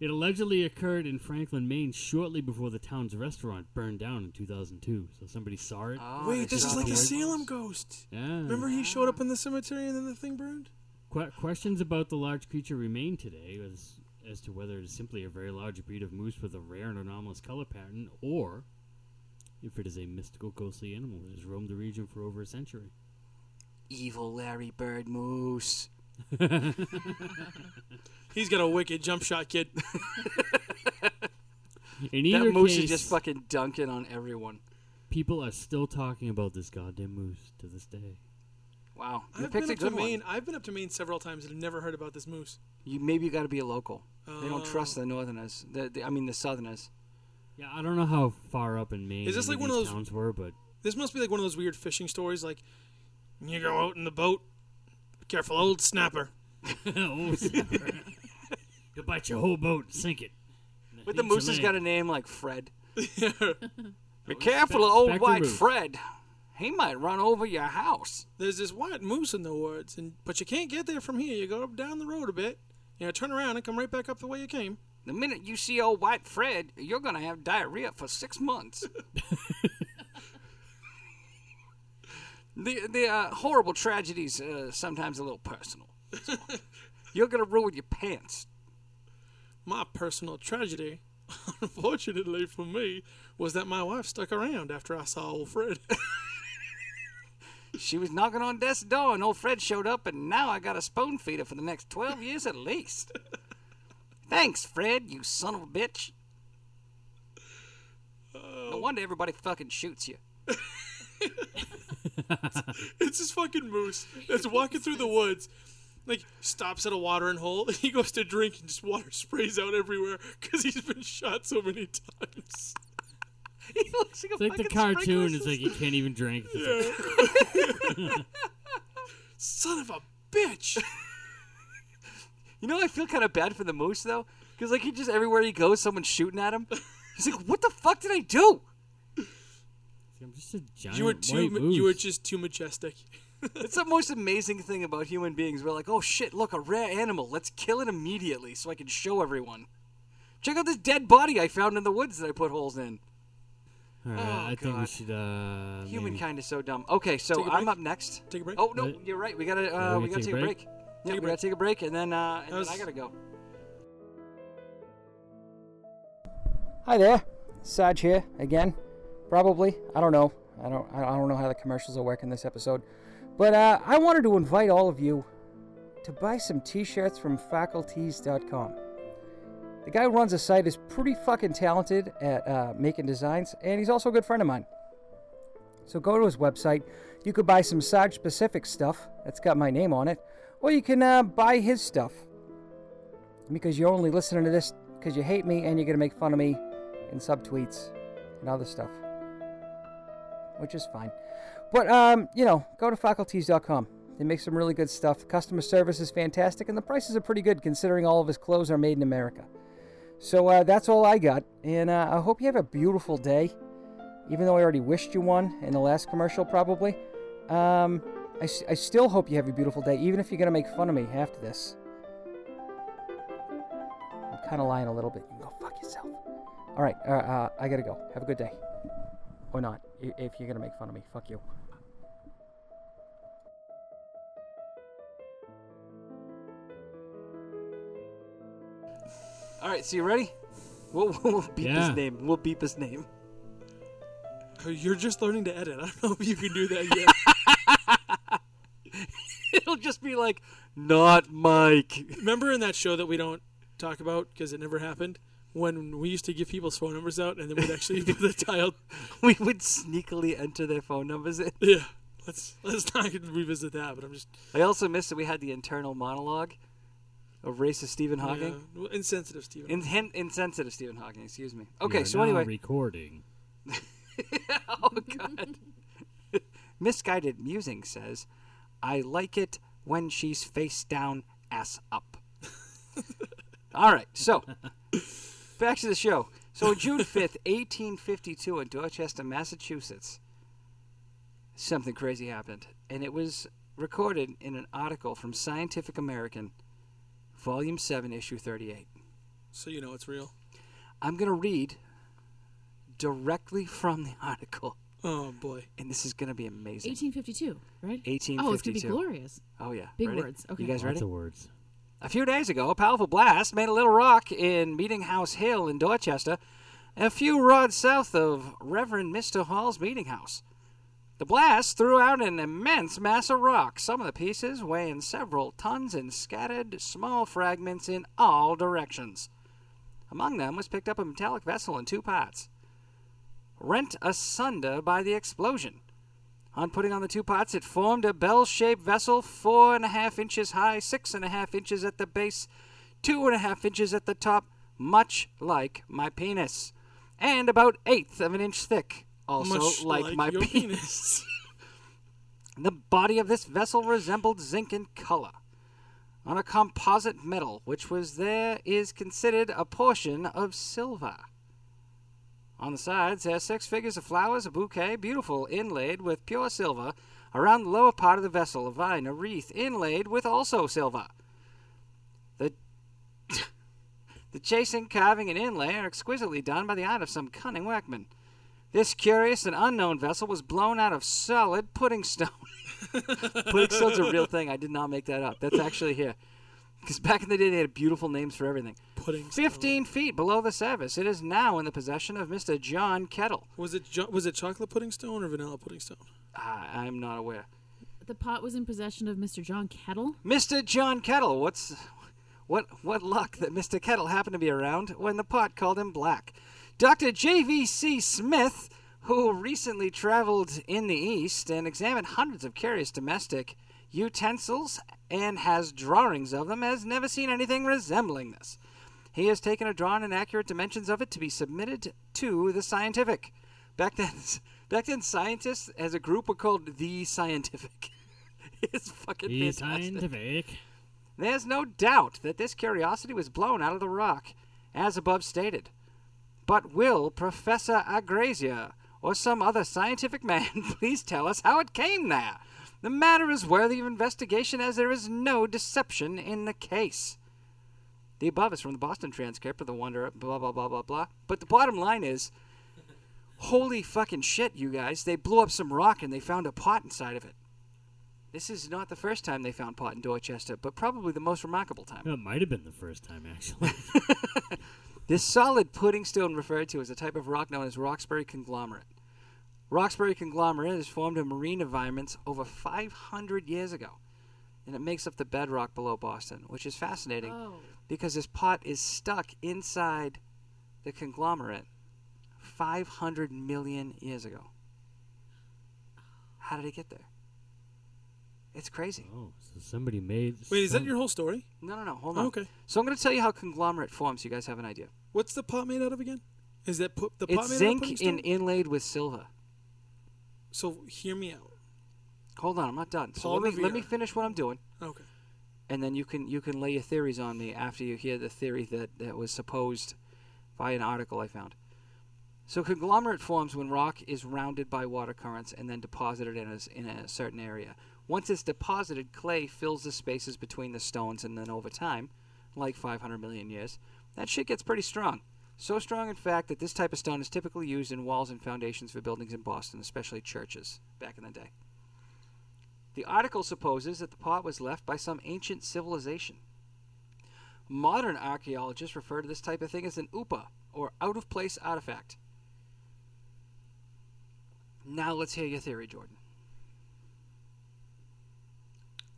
E: It allegedly occurred in Franklin, Maine, shortly before the town's restaurant burned down in 2002. So somebody saw it. Hmm.
B: Oh,
D: Wait,
B: it's
D: this is
B: not
D: like
B: the
D: the
B: white
D: Salem
B: ones.
D: ghost.
E: yeah.
D: Remember he showed up in the cemetery and then the thing burned.
E: Que- questions about the large creature remain today as, as to whether it is simply a very large breed of moose with a rare and anomalous color pattern, or if it is a mystical, ghostly animal that has roamed the region for over a century.
B: Evil Larry Bird Moose.
D: He's got a wicked jump shot, kid.
E: In either
B: that moose
E: case,
B: is just fucking dunking on everyone.
E: people are still talking about this goddamn moose to this day.
B: Wow, you
D: I've
B: picked
D: been
B: a
D: up to
B: good
D: Maine.
B: one.
D: I've been up to Maine several times and have never heard about this moose.
B: You maybe you got to be a local. They don't trust
D: Oh.
B: the Northerners. The, the, I mean the Southerners.
E: Yeah, I don't know how far up in Maine
D: Is this
E: any
D: like one of
E: these
D: those-
E: towns were, but
D: This must be like one of those weird fishing stories. Like, you go out in the boat. Careful, old snapper.
E: oh, snapper. you'll bite your whole boat and sink it.
B: But the
E: Eat your
B: moose has got a
E: leg.
B: name like Fred. be careful, of old
E: Spectre
B: white
E: Moose.
B: Fred. He might run over your house.
D: There's this white moose in the woods, and but you can't get there from here. You go up down the road a bit. You know, turn around and come right back up the way you came.
B: The minute you see old white Fred, you're gonna have diarrhea for six months. the the uh, horrible tragedies uh, sometimes a little personal. So, you're gonna ruin your pants.
D: My personal tragedy, unfortunately for me, was that my wife stuck around after I saw old Fred.
B: She was knocking on death's door, and old Fred showed up, and now I got a spoon feeder for the next twelve years at least. Thanks, Fred, you son of a bitch. No wonder everybody fucking shoots you.
D: it's this fucking moose that's walking through the woods. Like stops at a watering hole, he goes to drink and just water sprays out everywhere because he's been shot so many times.
B: he looks like a
E: It's like the
B: fucking sprinkler
E: cartoon. It's
B: system.
E: like you can't even drink. It's like,
D: Son of a bitch!
B: You know, I feel kind of bad for the moose though, because like he just everywhere he goes, someone's shooting at him. He's like, "What the fuck did I do?"
E: I'm just a giant
D: You were
E: white
D: too. ma-
E: moose.
D: You were just too majestic.
B: It's the most amazing thing about human beings. We're like, "Oh shit, look, a rare animal. Let's kill it immediately so I can show everyone." Check out this dead body I found in the woods that I put holes in.
E: All right,
B: Oh,
E: Uh, I think we
B: God.
E: should. Uh, maybe-
B: Humankind is so dumb. Okay, so
D: Take a
B: I'm
D: break?
B: up next.
D: Take a break?
B: Oh no,
E: Right.
B: you're right. We gotta
E: Yeah,
B: uh,
E: we
B: we gotta take a break. Yeah,
D: Take
B: we
D: a
B: gotta
D: break.
B: take a break, and then uh, and
D: was-
B: then I gotta go.
G: Hi there, Saj here again. Probably, I don't know. I don't. I don't know how the commercials will work in this episode, but uh, I wanted to invite all of you to buy some T-shirts from Faculties.com. The guy who runs the site is pretty fucking talented at uh, making designs, and he's also a good friend of mine. So go to his website. You could buy some Saj specific stuff that's got my name on it, or you can uh, buy his stuff because you're only listening to this because you hate me and you're going to make fun of me in subtweets and other stuff, which is fine. But, um, you know, go to faculties.com. They make some really good stuff. The customer service is fantastic, and the prices are pretty good considering all of his clothes are made in America. So uh, that's all I got, and uh, I hope you have a beautiful day, even though I already wished you one in the last commercial, probably. Um, I, s- I still hope you have a beautiful day, even if you're going to make fun of me after this. I'm kind of lying a little bit. You can go fuck yourself. All right, uh, uh, I gotta go. Have a good day. Or not, i- if you're gonna make fun of me. Fuck you.
B: All right, so you ready? We'll, we'll beep
E: Yeah.
B: his name. We'll beep his name.
D: Oh, You're just learning to edit. I don't know if you can do that yet.
B: It'll just be like, not Mike.
D: Remember in that show that we don't talk about because it never happened when we used to give people's phone numbers out and then we'd actually put the dial.
B: We would sneakily enter their phone numbers in.
D: Yeah, let's let's not revisit that. But I'm just
B: I also missed that we had the internal monologue of racist Stephen Hawking.
D: yeah, well, insensitive, Steven.
B: In, hen- insensitive Stephen Hawking, excuse me.
E: We
B: Okay,
E: are
B: so
E: now
B: anyway,
E: recording.
B: oh god, misguided musing says, "I like it when she's face down, ass up." All right, so back to the show. So on June fifth, eighteen fifty-two, in Dorchester, Massachusetts, something crazy happened, and it was recorded in an article from Scientific American, Volume Seven, Issue thirty-eight.
D: so you know it's real.
B: I'm going to read directly from the article,
D: Oh boy.
B: and this is going to be amazing.
F: 1852, right?
B: 1852.
F: Oh, it's gonna be glorious.
B: Oh, yeah.
F: Big
B: Ready?
F: words. Okay.
B: You guys
E: Lots
B: ready?
E: of words.
B: A few days ago, a powerful blast made a little rock in Meeting House Hill in Dorchester, a few rods south of Reverend Mr. Hall's meeting house. The blast threw out an immense mass of rock, some of the pieces weighing several tons and scattered small fragments in all directions. Among them was picked up a metallic vessel in two parts, rent asunder by the explosion. On putting on the two pots, it formed a bell shaped vessel four and a half inches high, six and a half inches at the base, two and a half inches at the top, much like my penis, and about eighth of an inch thick, also
D: Much
B: like, my
D: your
B: penis.
D: penis.
B: The body of this vessel resembled zinc in color. On a composite metal, which was there, is considered a portion of silver. On the sides, there are six figures of flowers, a bouquet, beautiful, inlaid with pure silver. Around the lower part of the vessel, a vine, a wreath, inlaid with also silver. The, the chasing, carving, and inlay are exquisitely done by the art of some cunning workman. This curious and unknown vessel was blown out of solid pudding stone. pudding stone's a real thing. I did not make that up. That's actually here. Because back in the day, they had beautiful names for everything.
D: Pudding. stone.
B: 15 feet below the surface, it is now in the possession of Mr. John Kettle.
D: Was it jo- was it chocolate pudding stone or vanilla pudding stone?
B: Ah, I am not aware.
F: The pot was in possession of Mr. John Kettle.
B: Mr. John Kettle, what's what what luck that Mr. Kettle happened to be around when the pot called him black. Dr. J.V.C. Smith, who recently traveled in the East and examined hundreds of curious domestic utensils and has drawings of them, has never seen anything resembling this. He has taken a drawn and accurate dimensions of it to be submitted to the scientific. Back then, back then, scientists as a group were called the scientific. it's fucking
E: Be
B: fantastic.
E: scientific.
B: There's no doubt that this curiosity was blown out of the rock, as above stated. But will Professor Agrazia or some other scientific man please tell us how it came there? The matter is worthy of investigation as there is no deception in the case. The above is from the Boston transcript of the Wonder, blah, blah, blah, blah, blah. But the bottom line is holy fucking shit, you guys. They blew up some rock and they found a pot inside of it. This is not the first time they found pot in Dorchester, but probably the most remarkable time.
E: That might have been the first time, actually.
B: This solid pudding stone referred to is a type of rock known as Roxbury conglomerate. Roxbury conglomerate is formed in marine environments over 500 years ago, and it makes up the bedrock below Boston, which is fascinating
F: Oh.
B: because this pot is stuck inside the conglomerate 500 million years ago. How did it get there? It's crazy.
E: oh, so somebody made.
D: Wait, is that
E: some-
D: your whole story?
B: No, no, no. Hold on.
D: Okay.
B: So I'm going to tell you how conglomerate forms. So you guys have an idea.
D: What's the pot made out of again? Is that pu- the pot
B: it's
D: made out of pudding
B: zinc
D: stone?
B: and inlaid with silver.
D: So hear me out.
B: Hold on, I'm not done. So
D: Paul
B: let me, let
D: Revere.
B: me finish what I'm doing,
D: Okay.
B: and then you can you can lay your theories on me after you hear the theory that, that was supposed by an article I found. So conglomerate forms when rock is rounded by water currents and then deposited in a, s- in a certain area. Once it's deposited, clay fills the spaces between the stones, and then over time, like 500 million years, that shit gets pretty strong. So strong, in fact, that this type of stone is typically used in walls and foundations for buildings in Boston, especially churches, back in the day. The article supposes that the pot was left by some ancient civilization. Modern archaeologists refer to this type of thing as an upa, or out of place artifact. Now let's hear your theory, Jordan.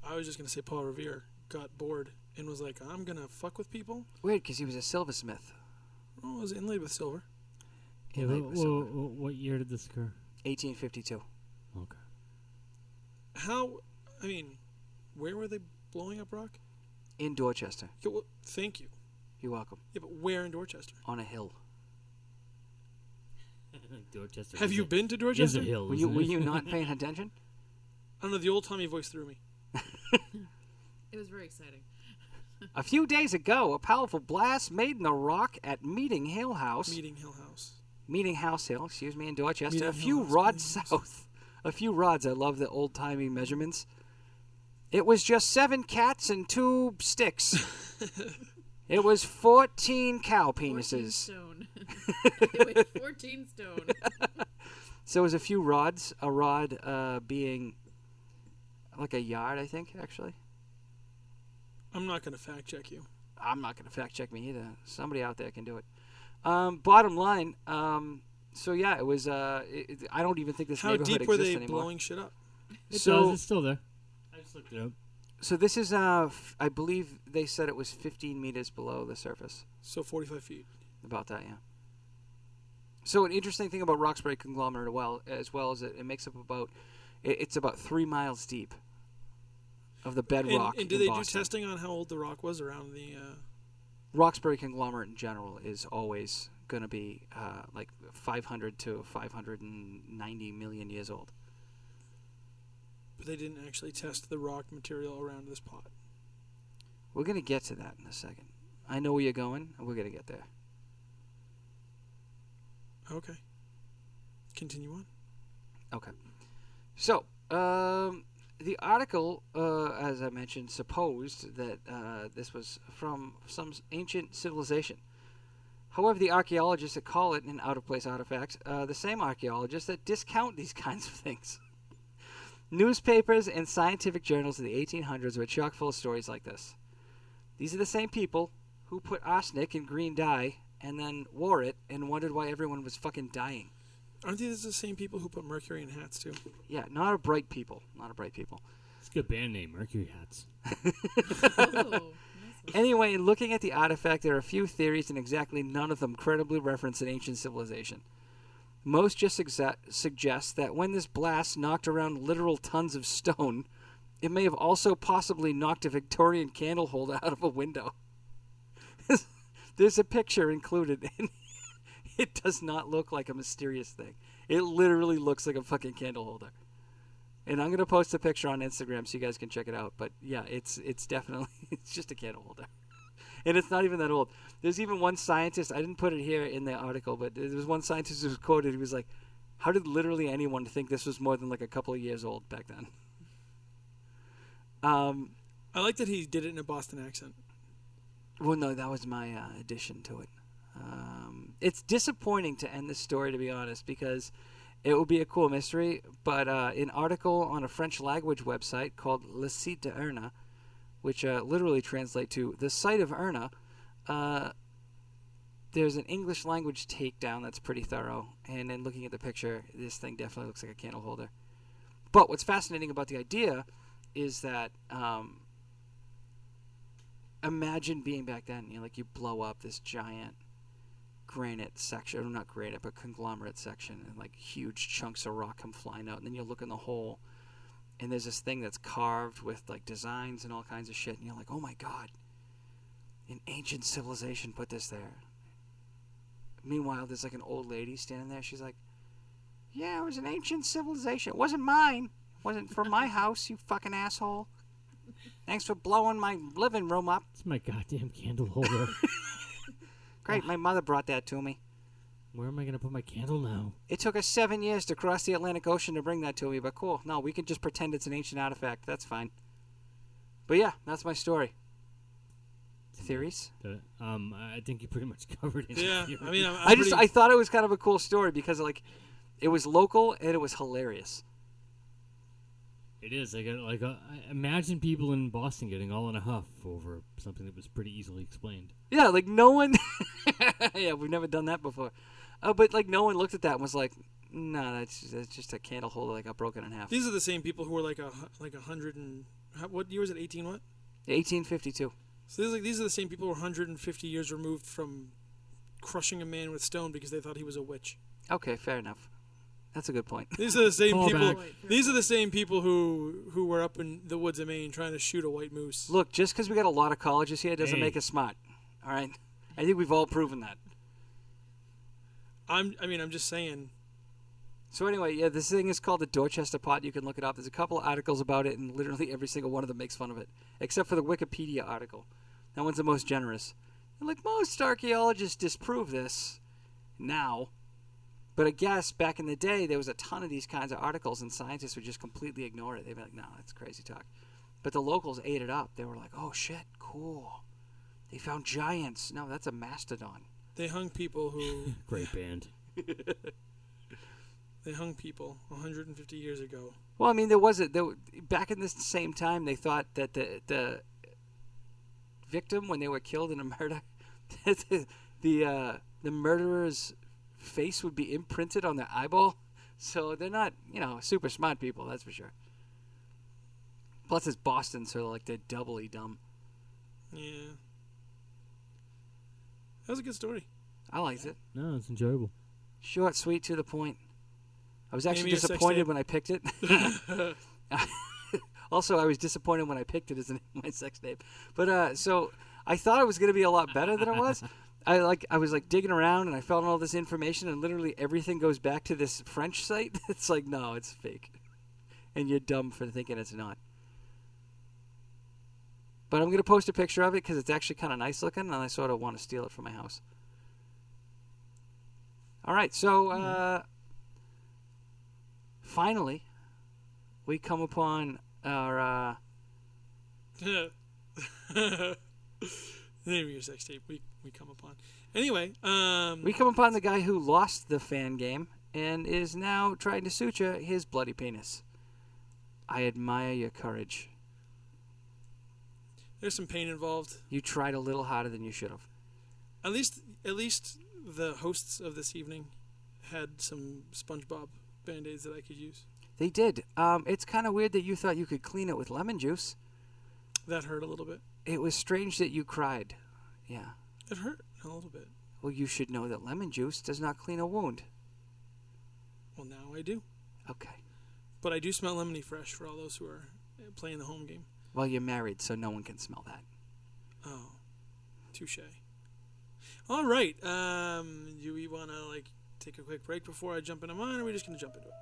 D: I was just gonna say Paul Revere got bored and was like, I'm gonna fuck with people.
B: Weird, because he was a silversmith.
D: Oh, it was inlaid with silver.
E: Yeah,
B: Inlaid
E: wha-
B: with
E: wha-
B: silver.
E: wha- what year did this occur?
B: 1852.
E: Okay.
D: How? I mean, where were they blowing up rock?
B: In Dorchester.
D: Yeah, well, thank you.
B: You're welcome.
D: Yeah, but where in Dorchester?
B: On a hill.
E: Dorchester.
D: Have
E: is
D: you
E: a-
D: been to
E: Is
D: Dorchester?
E: a hill.
B: Were you,
E: isn't
B: were
E: it?
B: you not paying attention?
D: I don't know. The old Tommy voice threw me.
F: It was very exciting.
B: A few days ago, a powerful blast made in the rock at Meeting Hill House.
D: Meeting Hill House.
B: Meeting House Hill, excuse me, in Dorchester,
D: Meeting
B: a
D: Hill
B: few
D: House,
B: rods
D: Meeting House.
B: south. A few rods. I love the old timey measurements. It was just seven cats and two sticks. it was 14 cow
F: 14
B: penises.
F: stone. It weighed 14 stone.
B: So it was a few rods, a rod uh, being like a yard, I think, actually.
D: I'm not gonna fact check you.
B: I'm not going to fact check me either. Somebody out there can do it. Um, bottom line, um, so yeah, it was. Uh, it, it- I don't even think this
D: How
B: neighborhood
D: deep were
B: exists
D: they
B: anymore.
D: blowing shit up?
E: It
B: So-
E: does. It's still there. I just looked it up.
B: So this is, uh, f- I believe they said it was 15 meters below the surface.
D: So 45 feet.
B: About that, yeah. So an interesting thing about Roxbury conglomerate, well, as well as it, it makes up about, it, it's about three miles deep of the
D: And,
B: bedrock.
D: and did
B: in
D: they
B: Boston.
D: do testing on how old the rock was around the? Uh,
B: Roxbury conglomerate in general is always going to be uh, like 500 to 590 million years old.
D: but they didn't actually test the rock material around this pot.
B: We're going to get to that in a second. I know where you're going, and we're going to get there.
D: Okay. Continue on.
B: Okay. So, um, the article, uh, as I mentioned, supposed that uh, this was from some s- ancient civilization. However, the archaeologists that call it an out of place artifact, uh, the same archaeologists that discount these kinds of things. Newspapers and scientific journals of the 1800s were chock full of stories like this. These are the same people who put arsenic in green dye and then wore it and wondered why everyone was fucking dying.
D: Aren't these the same people who put mercury in hats too?
B: Yeah, not a bright people. Not a bright people.
E: It's a good band name, Mercury Hats.
F: Oh.
B: Anyway, in looking at the artifact, there are a few theories, and exactly none of them credibly reference an ancient civilization. Most just exa- suggest that when this blast knocked around literal tons of stone, it may have also possibly knocked a Victorian candle holder out of a window. There's a picture included, and it does not look like a mysterious thing. It literally looks like a fucking candle holder. And I'm gonna post a picture on Instagram so you guys can check it out. But yeah, it's it's definitely it's just a candle holder, and it's not even that old. There's even one scientist. I didn't put it here in the article, but there was one scientist who was quoted. He was like, "How did literally anyone think this was more than like a couple of years old back then?" Um,
D: I like that he did it in a Boston accent.
B: well, no, that was my uh, addition to it. Um, it's disappointing to end this story, to be honest, because it would be a cool mystery. But uh, an article on a French language website called Le Site de Erna, which uh, literally translate to the site of Erna, uh, there's an English language takedown that's pretty thorough. And then looking at the picture, this thing definitely looks like a candle holder. But what's fascinating about the idea is that um, imagine being back then. You know, like you blow up this giant granite section, or not granite, but conglomerate section, and like huge chunks of rock come flying out. And then you look in the hole, and there's this thing that's carved with like designs and all kinds of shit. And you're like, oh my god, an ancient civilization put this there. Meanwhile, there's like an old lady standing there. She's like, yeah, it was an ancient civilization. It wasn't mine. It wasn't from my house, you fucking asshole. Thanks for blowing my living room up.
E: It's my goddamn candle holder.
B: Great, my mother brought that to me.
E: Where am I gonna put my candle now?
B: It took us seven years to cross the Atlantic Ocean to bring that to me, but cool. No, we can just pretend it's an ancient artifact. That's fine. But yeah, that's my story. Theories?
E: Uh, Um, I think you pretty much covered it.
D: Yeah, I mean, I'm, I'm
B: I just
D: pretty-
B: I thought it was kind of a cool story because like it was local and it was hilarious.
E: it is. I got like uh, I- imagine people in Boston getting all in a huff over something that was pretty easily explained.
B: Yeah, like no one. yeah, we've never done that before. Uh, but like no one looked at that and was like, "No, that's just, that's just a candle holder that got broken in half."
D: these are the same people who were like a hu- like a hundred and how- what year was it? Eighteen what?
B: 1852.
D: So these are, like these are the same people who were 150 years removed from crushing a man with stone because they thought he was a witch.
B: Okay, fair enough. That's a good point.
D: These are the same
E: Call
D: people.
E: back.
D: These are the same people who who were up in the woods of Maine trying to shoot a white moose.
B: Look, just because we got a lot of colleges here doesn't
E: Hey.
B: make us smart. All right, I think we've all proven that.
D: I'm I mean I'm just saying.
B: So anyway, yeah, this thing is called the Dorchester pot. You can look it up. There's a couple of articles about it, and literally every single one of them makes fun of it, except for the Wikipedia article. That one's the most generous. And like most archaeologists disprove this now, but I guess back in the day there was a ton of these kinds of articles, and scientists would just completely ignore it. They'd be like, "No, that's crazy talk." But the locals ate it up. They were like, "Oh shit, cool." They found giants. No, that's a mastodon.
D: They hung people who
E: Great band.
D: they hung people 150 years ago.
B: Well, I mean, there was a there, back in this same time they thought that the the victim when they were killed in a murder, that the the, uh, the murderer's face would be imprinted on their eyeball. So they're not you know super smart people, that's for sure. Plus, it's Boston, so like they're doubly dumb.
D: Yeah. That was a good story.
B: I liked it.
E: No, it's enjoyable.
B: Short, sweet, to the point. I was actually
D: Maybe your sex
B: disappointed
D: tape.
B: when I picked it. also, I was disappointed when I picked it as the name of my sex tape. But uh, so I thought it was going to be a lot better than it was. I like I was like digging around and I found all this information and literally everything goes back to this French site. It's like no, it's fake, and you're dumb for thinking it's not. But I'm gonna post a picture of it because it's actually kind of nice looking, and I sort of want to steal it for my house. All right, so uh, finally, we come upon our uh,
D: the name of your sex tape we, we come upon. Anyway, um,
B: we come upon the guy who lost the fan game and is now trying to suture his bloody penis. I admire your courage.
D: there's some pain involved.
B: You tried a little harder than you should have.
D: At least at least the hosts of this evening had some SpongeBob band aids that I could use.
B: They did. Um, it's kind of weird that you thought you could clean it with lemon juice.
D: That hurt a little bit.
B: It was strange that you cried. Yeah.
D: It hurt a little bit.
B: Well, you should know that lemon juice does not clean a wound.
D: Well, now I do.
B: Okay.
D: But I do smell lemony fresh for all those who are uh, playing the home game.
B: Well, you're married, so no one can smell that.
D: Oh, touche. All right. Um, do we want to like take a quick break before I jump into mine, or are we just gonna jump into it?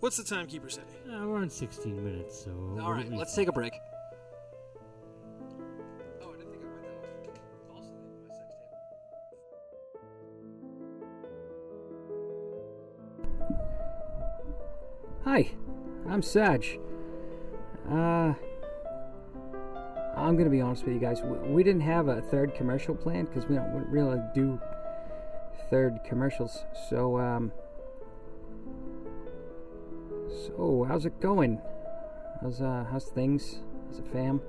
D: What's the timekeeper say?
E: Uh, we're on 16 minutes, so.
B: All right,
E: we-
B: let's take a break.
G: Hi, I'm Saj. Uh, I'm gonna be honest with you guys. We, we didn't have a third commercial planned because we don't really do third commercials. So, um, so how's it going? How's uh, how's things? How's it, fam?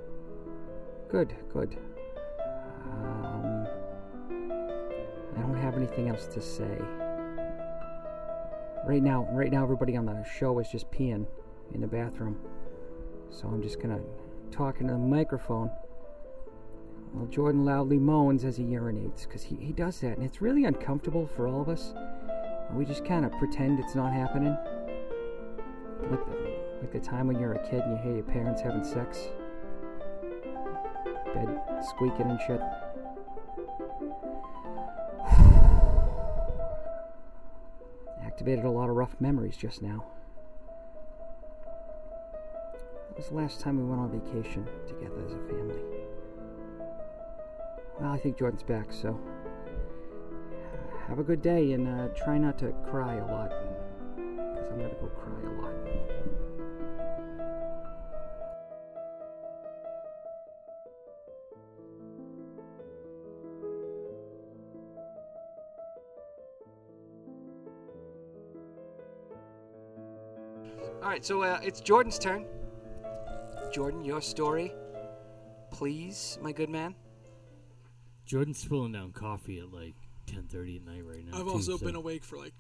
G: Good, good. Um, I don't have anything else to say right now right now everybody on the show is just peeing in the bathroom so i'm just gonna talk into the microphone while jordan loudly moans as he urinates because he, he does that and it's really uncomfortable for all of us we just kind of pretend it's not happening like the, like the time when you're a kid and you hear your parents having sex bed squeaking and shit activated a lot of rough memories just now. It was the last time we went on vacation together as a family. Well, I think Jordan's back, so uh, have a good day and uh, try not to cry a lot. Because I'm going to go cry a lot.
B: All right, so uh, it's Jordan's turn. Jordan, your story, please, my good man.
E: Jordan's spilling down coffee at like 10:30 at night right now.
D: I've
E: too,
D: also
E: so-
D: been awake for like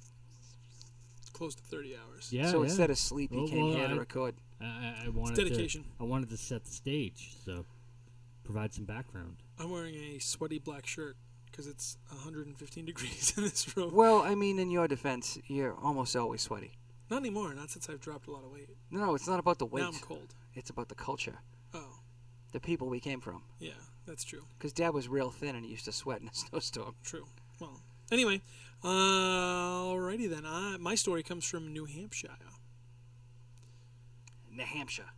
D: close to 30 hours.
E: Yeah.
B: so
E: yeah.
B: instead of sleep, he
E: Well,
B: came
E: well,
B: here to
E: I-
B: record.
E: I- I, I wanted
D: dedication.
E: To, I wanted to set the stage, so provide some background.
D: I'm wearing a sweaty black shirt because it's 115 degrees in this room.
B: Well, I mean, in your defense, you're almost always sweaty.
D: Not anymore. Not since I've dropped a lot of weight.
B: No, no, it's not about the weight.
D: Now I'm cold.
B: It's about the culture,
D: Oh,
B: the people we came from.
D: yeah, that's true.
B: Because Dad was real thin and he used to sweat in a snowstorm.
D: True. Well, anyway, uh, alrighty then. I, my story comes from New Hampshire.
B: New Hampshire.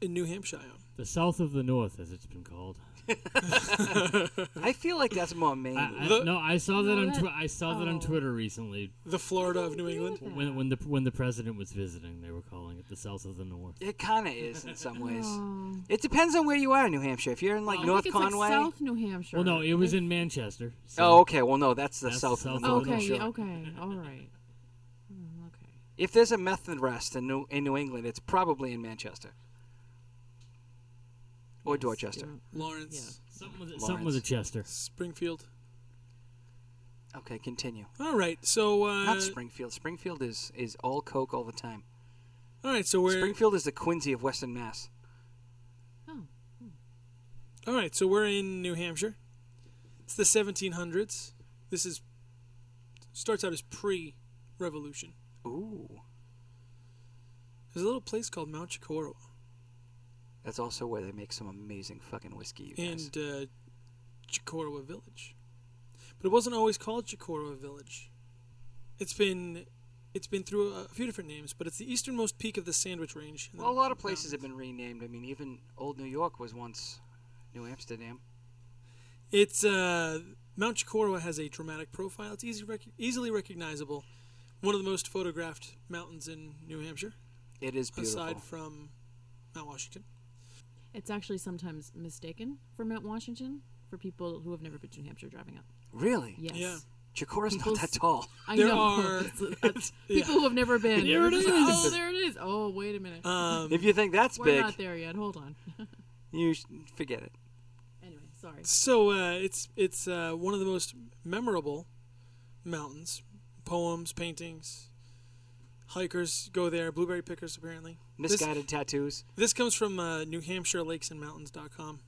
D: In New Hampshire.
E: The South of the North, as it's been called.
B: I feel like that's more Maine.
E: I, I,
D: The-
E: no, I saw that on
F: that-
E: tw- I saw that on
F: oh.
E: Twitter recently.
D: The Florida of New England.
E: When, when the when the president was visiting, they were calling it the South of the North.
B: it kind of is in some ways.
F: Oh.
B: It depends on where you are in New Hampshire. If you're in like
F: I
B: North
F: think it's
B: Conway.
F: Like South New Hampshire.
E: Well, no, it was in Manchester.
B: Oh,
E: So
B: okay. Well, no, that's the
E: That's
B: south. of
E: south of
B: the
E: the
B: North
F: okay,
B: Shore.
F: okay, all right. Mm, okay.
B: If there's a method rest in New, in New England, it's probably in Manchester or Dorchester.
D: Lawrence.
E: something with, a- something with a Chester.
D: Springfield.
B: Okay, continue.
D: All right. So. Uh,
B: Not Springfield. Springfield is is all coke all the time.
D: All right. So we're.
B: Springfield is the Quincy of Western Mass.
F: Oh,
D: All right, so we're in New Hampshire. It's the 1700s. This is starts out as pre-revolution.
B: Ooh,
D: There's a little place called Mount Chikoro,
B: that's also where they make some amazing fucking whiskey. You guys.
D: and uh, Chikorowa Village. But it wasn't always called Chikorowa Village. It's been it's been through a, a few different names, but it's the easternmost peak of the Sandwich Range. in the
B: well, a lot of places have
D: mountains.
B: been renamed. I mean, even old New York was once New Amsterdam.
D: It's uh, Mount Chikorowa has a dramatic profile. It's easy rec- easily recognizable. One of the most photographed mountains in New Hampshire.
B: It is beautiful.
D: aside from Mount Washington.
F: it's actually sometimes mistaken for Mount Washington for people who have never been to New Hampshire driving up.
B: really,
F: Yes.
D: Yeah.
B: Chikora's not
F: People's-
B: that tall.
F: I
D: There
F: know.
D: are-
F: That's- people who have never been.
E: There it is.
F: Oh, there it is. Oh, wait a minute.
D: Um,
B: If you think that's
F: We're
B: big,
F: not there yet. Hold on.
B: you sh- forget it.
F: anyway, sorry.
D: so uh, it's it's uh, one of the most memorable mountains. Poems, paintings, hikers go there. Blueberry pickers, apparently. This,
B: Misguided tattoos.
D: this comes from uh, New Hampshire Lakes and Mountains.com.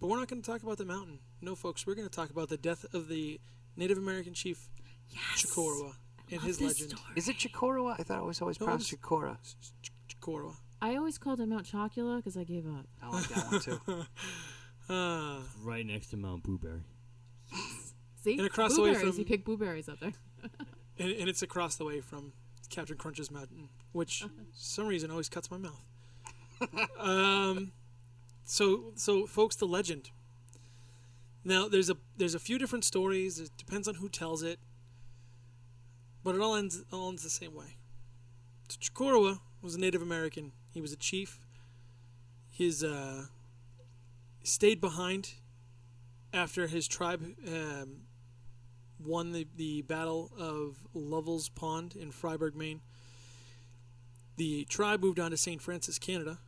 D: But we're not going to talk about the mountain. No, folks, we're going to talk about the death of the Native American chief
F: Yes.
D: Chikorowa and
F: Love
D: his
F: this
D: legend.
F: story.
B: Is it Chikorowa? I thought I was always
D: No,
B: pronounced
D: it's-
B: Chikora.
D: Ch- Chikorowa.
F: I always called it Mount Chocula because I gave up.
B: I like that one too.
D: Uh,
E: Right next to Mount Blueberry.
F: See,
D: And across the way
F: blueberries.
D: from-
F: You pick blueberries out there.
D: and, and it's across the way from Captain Crunch's Mountain, which for some reason always cuts my mouth. um, so, so folks, the legend. Now, there's a there's a few different stories. It depends on who tells it, but it all ends all ends the same way. So Chikorowa was a Native American. He was a chief. His uh, stayed behind after his tribe um, won the, the Battle of Lovell's Pond in Freiburg, Maine. The tribe moved on to St. Francis, Canada,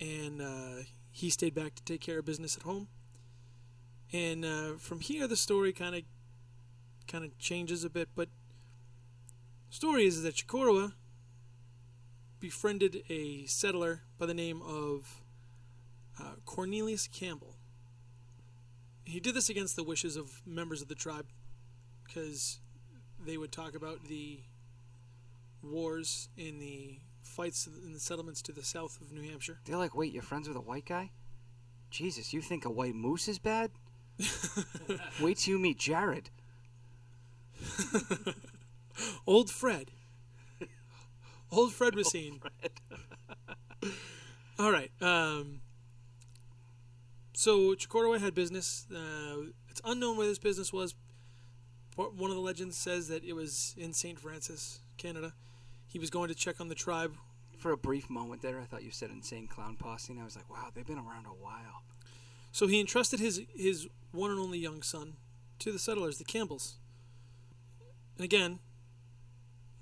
D: and uh, he stayed back to take care of business at home. And uh, from here, the story kind of kind of changes a bit. But story is that Chikorowa befriended a settler by the name of uh, Cornelius Campbell he did this against the wishes of members of the tribe because they would talk about the wars and the fights in the settlements to the south of New Hampshire.
B: They're like, wait, you're friends with a white guy? Jesus, you think a white moose is bad? wait till you meet Jared.
D: Old Fred. Old Fred was seen. All right. Um, so Chikorowa had business. Uh, it's unknown where this business was. Part- One of the legends says that it was in St. Francis, Canada. He was going to check on the tribe.
B: For a brief moment there, I thought you said insane clown posse, and I was like, wow, they've been around a while.
D: So he entrusted his, his one and only young son to the settlers, the Campbells. And again,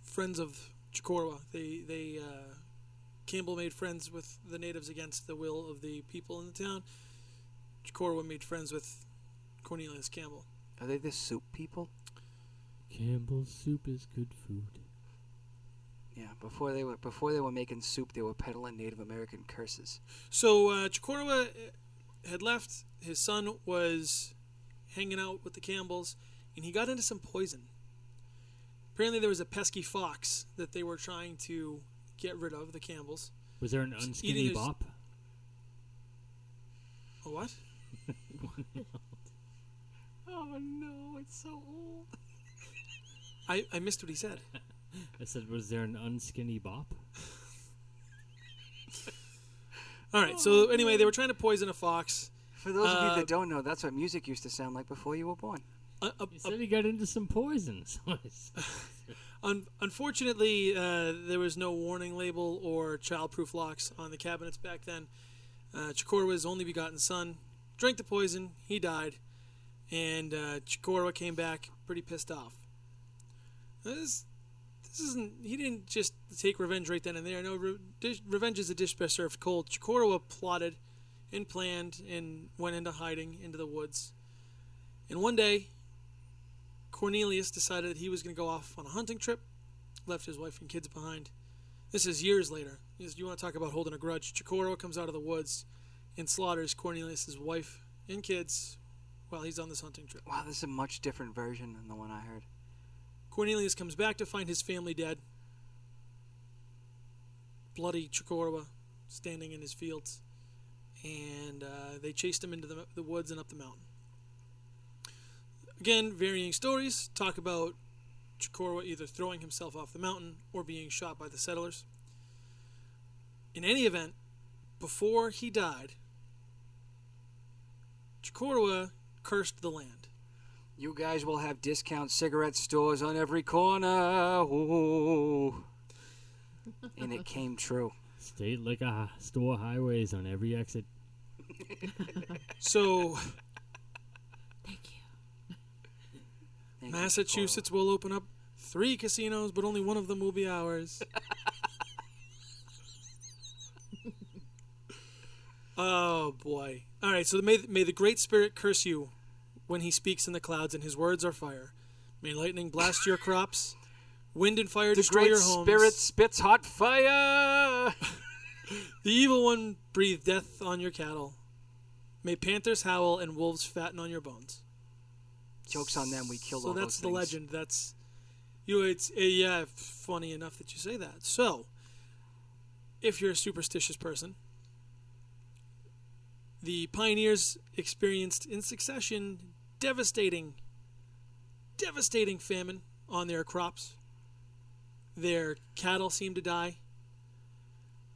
D: friends of Chikorowa. They, they uh, Campbell made friends with the natives against the will of the people in the town. Chikorowa made friends with Cornelius Campbell.
B: Are they the soup people?
E: Campbell's soup is good food.
B: Yeah, before they were before they were making soup, they were peddling Native American curses.
D: So uh, Chikorowa uh, had left. His son was hanging out with the Campbells, and he got into some poison. Apparently, there was a pesky fox that they were trying to get rid of. The Campbells.
E: Was there an
D: Just eating
E: unskinny
D: his-
E: bop?
D: A what?
B: Oh no, it's so old.
D: I, I missed what he said.
E: I said, was there an unskinny bop?
D: All right. So anyway, they were trying to poison a fox.
B: For those of you
D: Uh,
B: that don't know, that's what music used to sound like before you were born.
D: A, a,
E: He
D: a,
E: said he got into some poison. So I said,
D: un, unfortunately, uh, there was no warning label or childproof locks on the cabinets back then. Uh, Chikorowa's only begotten son drank the poison. He died, and uh, Chikorowa came back pretty pissed off. This, this isn't. He didn't just take revenge right then and there. No, re, dish, revenge is a dish best served cold. Chikorowa plotted and planned and went into hiding into the woods. And one day, Cornelius decided that he was going to go off on a hunting trip, left his wife and kids behind. This is years later. Yes, You want to talk about holding a grudge? Chikoro comes out of the woods and slaughters Cornelius's wife and kids while he's on this hunting trip.
B: Wow, this is a much different version than the one I heard.
D: Cornelius comes back to find his family dead. Bloody Chikorowa standing in his fields. And uh, they chased him into the, the woods and up the mountain. Again, varying stories talk about Chikorowa either throwing himself off the mountain or being shot by the settlers. In any event, before he died, Chikorowa cursed the land.
B: You guys will have discount cigarette stores on every corner. Ooh. and it came true.
E: State like a hi- store highways on every exit.
D: So.
F: Thank you.
B: Thank you,
D: Massachusetts will open up three casinos, but only one of them will be ours. oh boy! All right, so may may the Great Spirit curse you when He speaks in the clouds, and His words are fire. May lightning blast your crops, wind and fire
B: The
D: destroy
B: Great
D: your homes.
B: Spirit spits hot fire.
D: The evil one breathe death on your cattle. May panthers howl and wolves fatten on your bones.
B: Jokes on them. We killed
D: so
B: all
D: that's
B: those
D: the
B: things.
D: legend that's you know, it's uh, yeah f- funny enough that you say that so if you're a superstitious person the pioneers experienced in succession devastating devastating famine on their crops Their cattle seemed to die.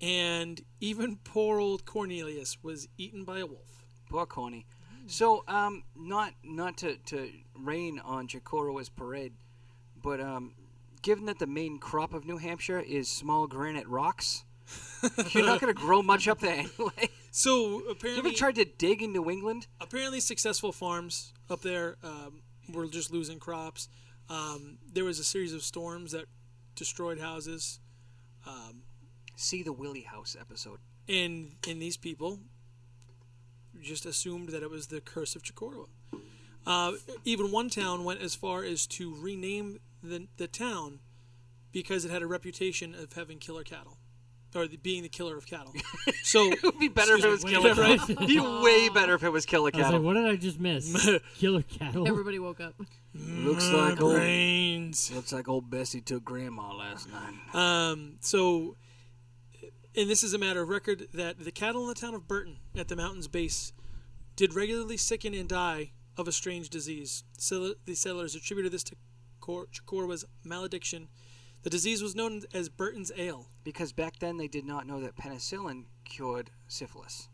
D: And even poor old Cornelius was eaten by a wolf.
B: Poor Corny. So, um, not not to, to rain on Chikorowa's parade, but um, given that the main crop of New Hampshire is small granite rocks, you're not going to grow much up there anyway.
D: So
B: you
D: apparently,
B: ever tried to dig in New England?
D: apparently successful farms up there um, were just losing crops. Um, there was a series of storms that destroyed houses,
B: See the Willie House episode.
D: and and these people just assumed that it was the curse of Chikorowa. Uh, even one town went as far as to rename the the town because it had a reputation of having killer cattle, or the, being the killer of cattle. So
B: It would be better if it was
E: Wait,
B: killer
E: wait,
B: cattle. Be way better if it was killer
E: I was like,
B: cattle.
E: what did I just miss? Killer cattle.
F: Everybody woke up.
B: Looks like old
D: brains.
B: looks like old Bessie took grandma last night.
D: Um, so, and this is a matter of record that the cattle in the town of Burton at the mountain's base did regularly sicken and die of a strange disease. Sell- the settlers attributed this to Cor- Chikorowa's malediction. The disease was known as Burton's ale,
B: Because back then they did not know that penicillin cured syphilis.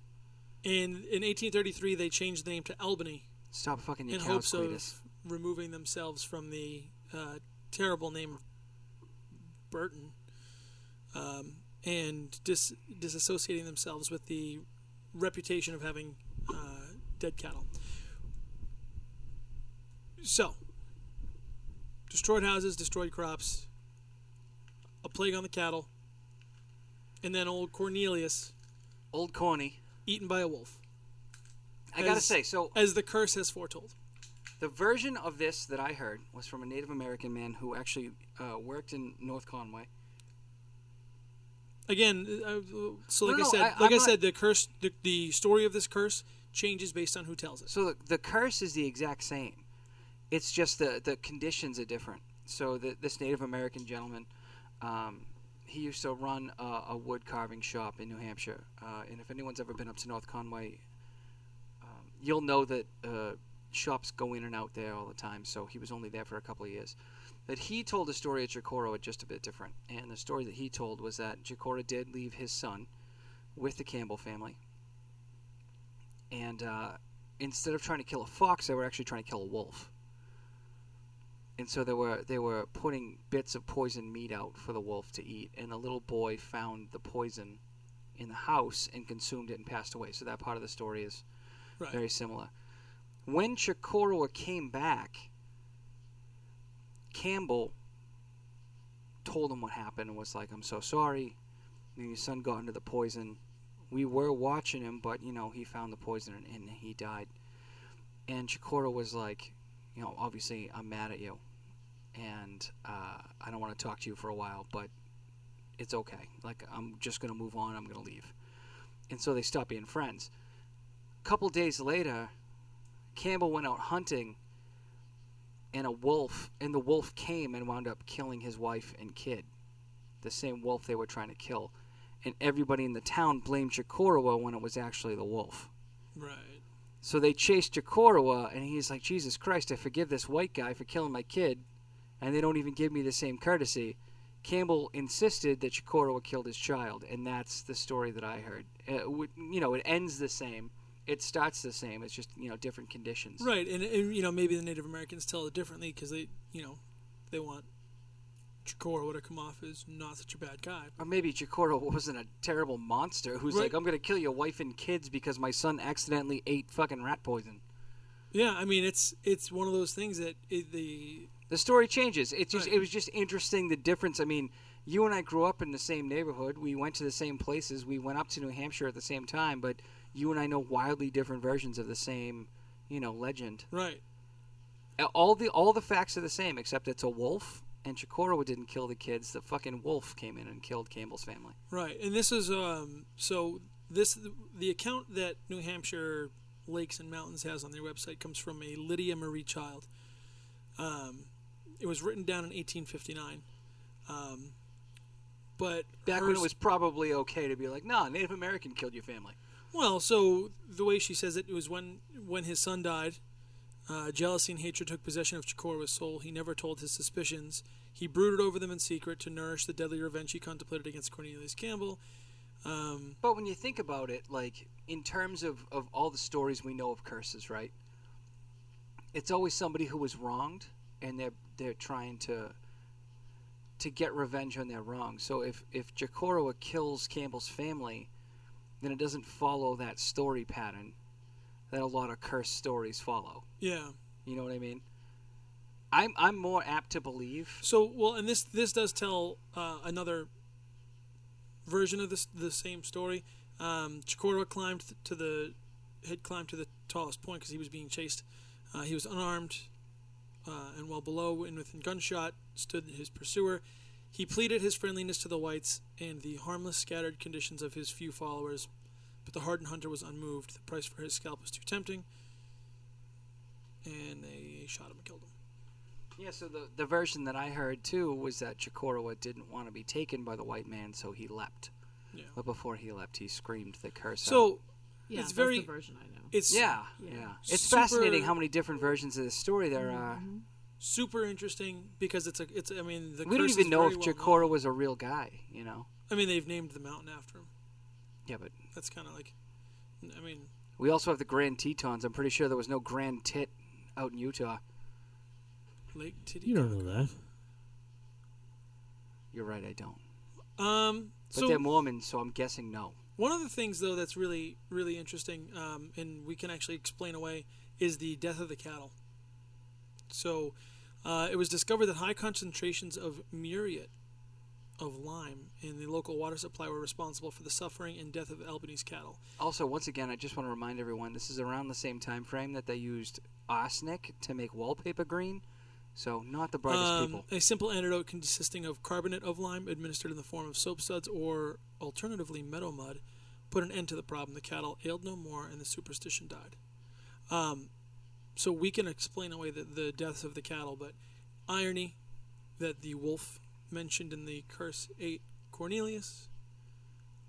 D: and in 1833 they changed the name to Albany
B: Stop fucking your
D: in
B: cows,
D: hopes
B: Cletus.
D: of removing themselves from the uh, terrible name of Burton um, and dis- disassociating themselves with the reputation of having uh, dead cattle. So, destroyed houses, destroyed crops, a plague on the cattle, and then old Cornelius
B: Old corny.
D: eaten by a wolf,
B: I gotta
D: As-
B: say, so
D: as the curse has foretold.
B: the version of this that I heard was from a Native American man who actually uh, worked in North Conway.
D: again uh, so like
B: No,
D: i
B: no,
D: said
B: I-
D: like
B: I'm
D: i
B: not-
D: said the curse the, the story of this curse changes based on who tells it
B: So the, the curse is the exact same. It's just the, the conditions are different. So the, this Native American gentleman, um, he used to run a, a wood carving shop in New Hampshire. Uh, and if anyone's ever been up to North Conway, um, you'll know that uh, shops go in and out there all the time. So he was only there for a couple of years. But he told a story at Jacoro just a bit different. And the story that he told was that Jacoro did leave his son with the Campbell family and uh, instead of trying to kill a fox, they were actually trying to kill a wolf. And so they were they were putting bits of poisoned meat out for the wolf to eat, and the little boy found the poison in the house and consumed it and passed away. So that part of the story is
D: right
B: very similar. When Chikorowa came back, Campbell told him what happened and was like, "I'm so sorry. You know, your son got into the poison. We were watching him, but you know he found the poison and, and he died." And Chikorowa was like, "You know, obviously I'm mad at you, and uh, I don't want to talk to you for a while, but it's okay. Like I'm just gonna move on. I'm gonna leave." And so they stopped being friends couple days later, Campbell went out hunting, and a wolf, and the wolf came and wound up killing his wife and kid, the same wolf they were trying to kill, and everybody in the town blamed Chikorowa when it was actually the wolf.
D: right
B: So they chased Chikorowa, and he's like, Jesus Christ, I forgive this white guy for killing my kid, and they don't even give me the same courtesy. Campbell insisted that Chikorowa killed his child, and that's the story that I heard. Uh, w- you know, it ends the same, it starts the same. It's just you know different conditions.
D: right and, and you know maybe the native americans tell it differently because they you know they want Chikorowa to come off as not such a bad guy
B: Or maybe Chikoro wasn't a terrible monster who's
D: Right.
B: like, I'm gonna kill your wife and kids because my son accidentally ate fucking rat poison.
D: yeah i mean it's it's one of those things that it, the
B: The story changes. It's just
D: Right.
B: it was just interesting the difference. I mean, you and I grew up in the same neighborhood. We went to the same places. We went up to New Hampshire at the same time, but you and I know wildly different versions of the same, you know, legend.
D: right
B: Uh, All the all the facts are the same except it's a wolf and Chikoro didn't kill the kids. The fucking wolf came in and killed Campbell's family.
D: Right, and this is um, so this the account that New Hampshire Lakes and Mountains has on their website comes from a Lydia Marie Child. Um, it was written down in 1859, um, but
B: Back when it
D: hers-
B: was probably okay to be like, nah, Native American killed your family.
D: well, so the way she says it, it was when when his son died, Uh, jealousy and hatred took possession of Chikora's soul. He never told his suspicions. He brooded over them in secret to nourish the deadly revenge he contemplated against Cornelius Campbell. Um,
B: But when you think about it, like in terms of, of all the stories we know of curses, right? It's always somebody who was wronged and they're they're trying to to get revenge on their wrong. So if if Jacoroa kills Campbell's family, then it doesn't follow that story pattern that a lot of curse stories follow.
D: yeah.
B: You know what I mean? I'm I'm more apt to believe
D: So well, and this this does tell uh, another version of this the same story. Um, Chikora climbed th- to the had climbed to the tallest point because he was being chased. Uh, he was unarmed uh, and well below and within gunshot stood his pursuer. He pleaded his friendliness to the whites and the harmless, scattered conditions of his few followers, but the hardened hunter was unmoved. The price for his scalp was too tempting, and they shot him and killed him.
B: Yeah, so the, the version that I heard too was that Chikorowa didn't want to be taken by the white man, so he leapt.
D: Yeah.
B: But before he leapt, he screamed the curse. out.
D: So
F: Yeah,
D: It's
F: that's
D: very-
F: the version I know.
D: it's
B: yeah, yeah,
F: Yeah.
B: it's
D: Super-
B: fascinating how many different versions of this story there uh, are.
D: super interesting because it's a it's I mean the
B: We don't
D: curse
B: even
D: is
B: know
D: very
B: if
D: well known.
B: Chikora was a real guy, you know.
D: I mean they've named the mountain after him.
B: Yeah, but
D: That's kind of like I mean
B: we also have the Grand Tetons. I'm pretty sure there was no Grand Tit out in Utah.
D: Lake Titicaca.
E: You don't know that.
B: You're right, I don't.
D: Um,
B: But
D: so
B: they're Mormon, so I'm guessing no.
D: one of the things though that's really really interesting um, and we can actually explain away is the death of the cattle. So uh, it was discovered that high concentrations of muriate of lime in the local water supply were responsible for the suffering and death of Albany's cattle.
B: Also, once again, I just want to remind everyone this is around the same time frame that they used arsenic to make wallpaper green. So not the brightest
D: Um,
B: people.
D: A simple antidote consisting of carbonate of lime administered in the form of soap suds or alternatively meadow mud put an end to the problem. The cattle ailed no more and the superstition died. Um, so we can explain away the, the deaths of the cattle, but irony that the wolf mentioned in the curse ate Cornelius,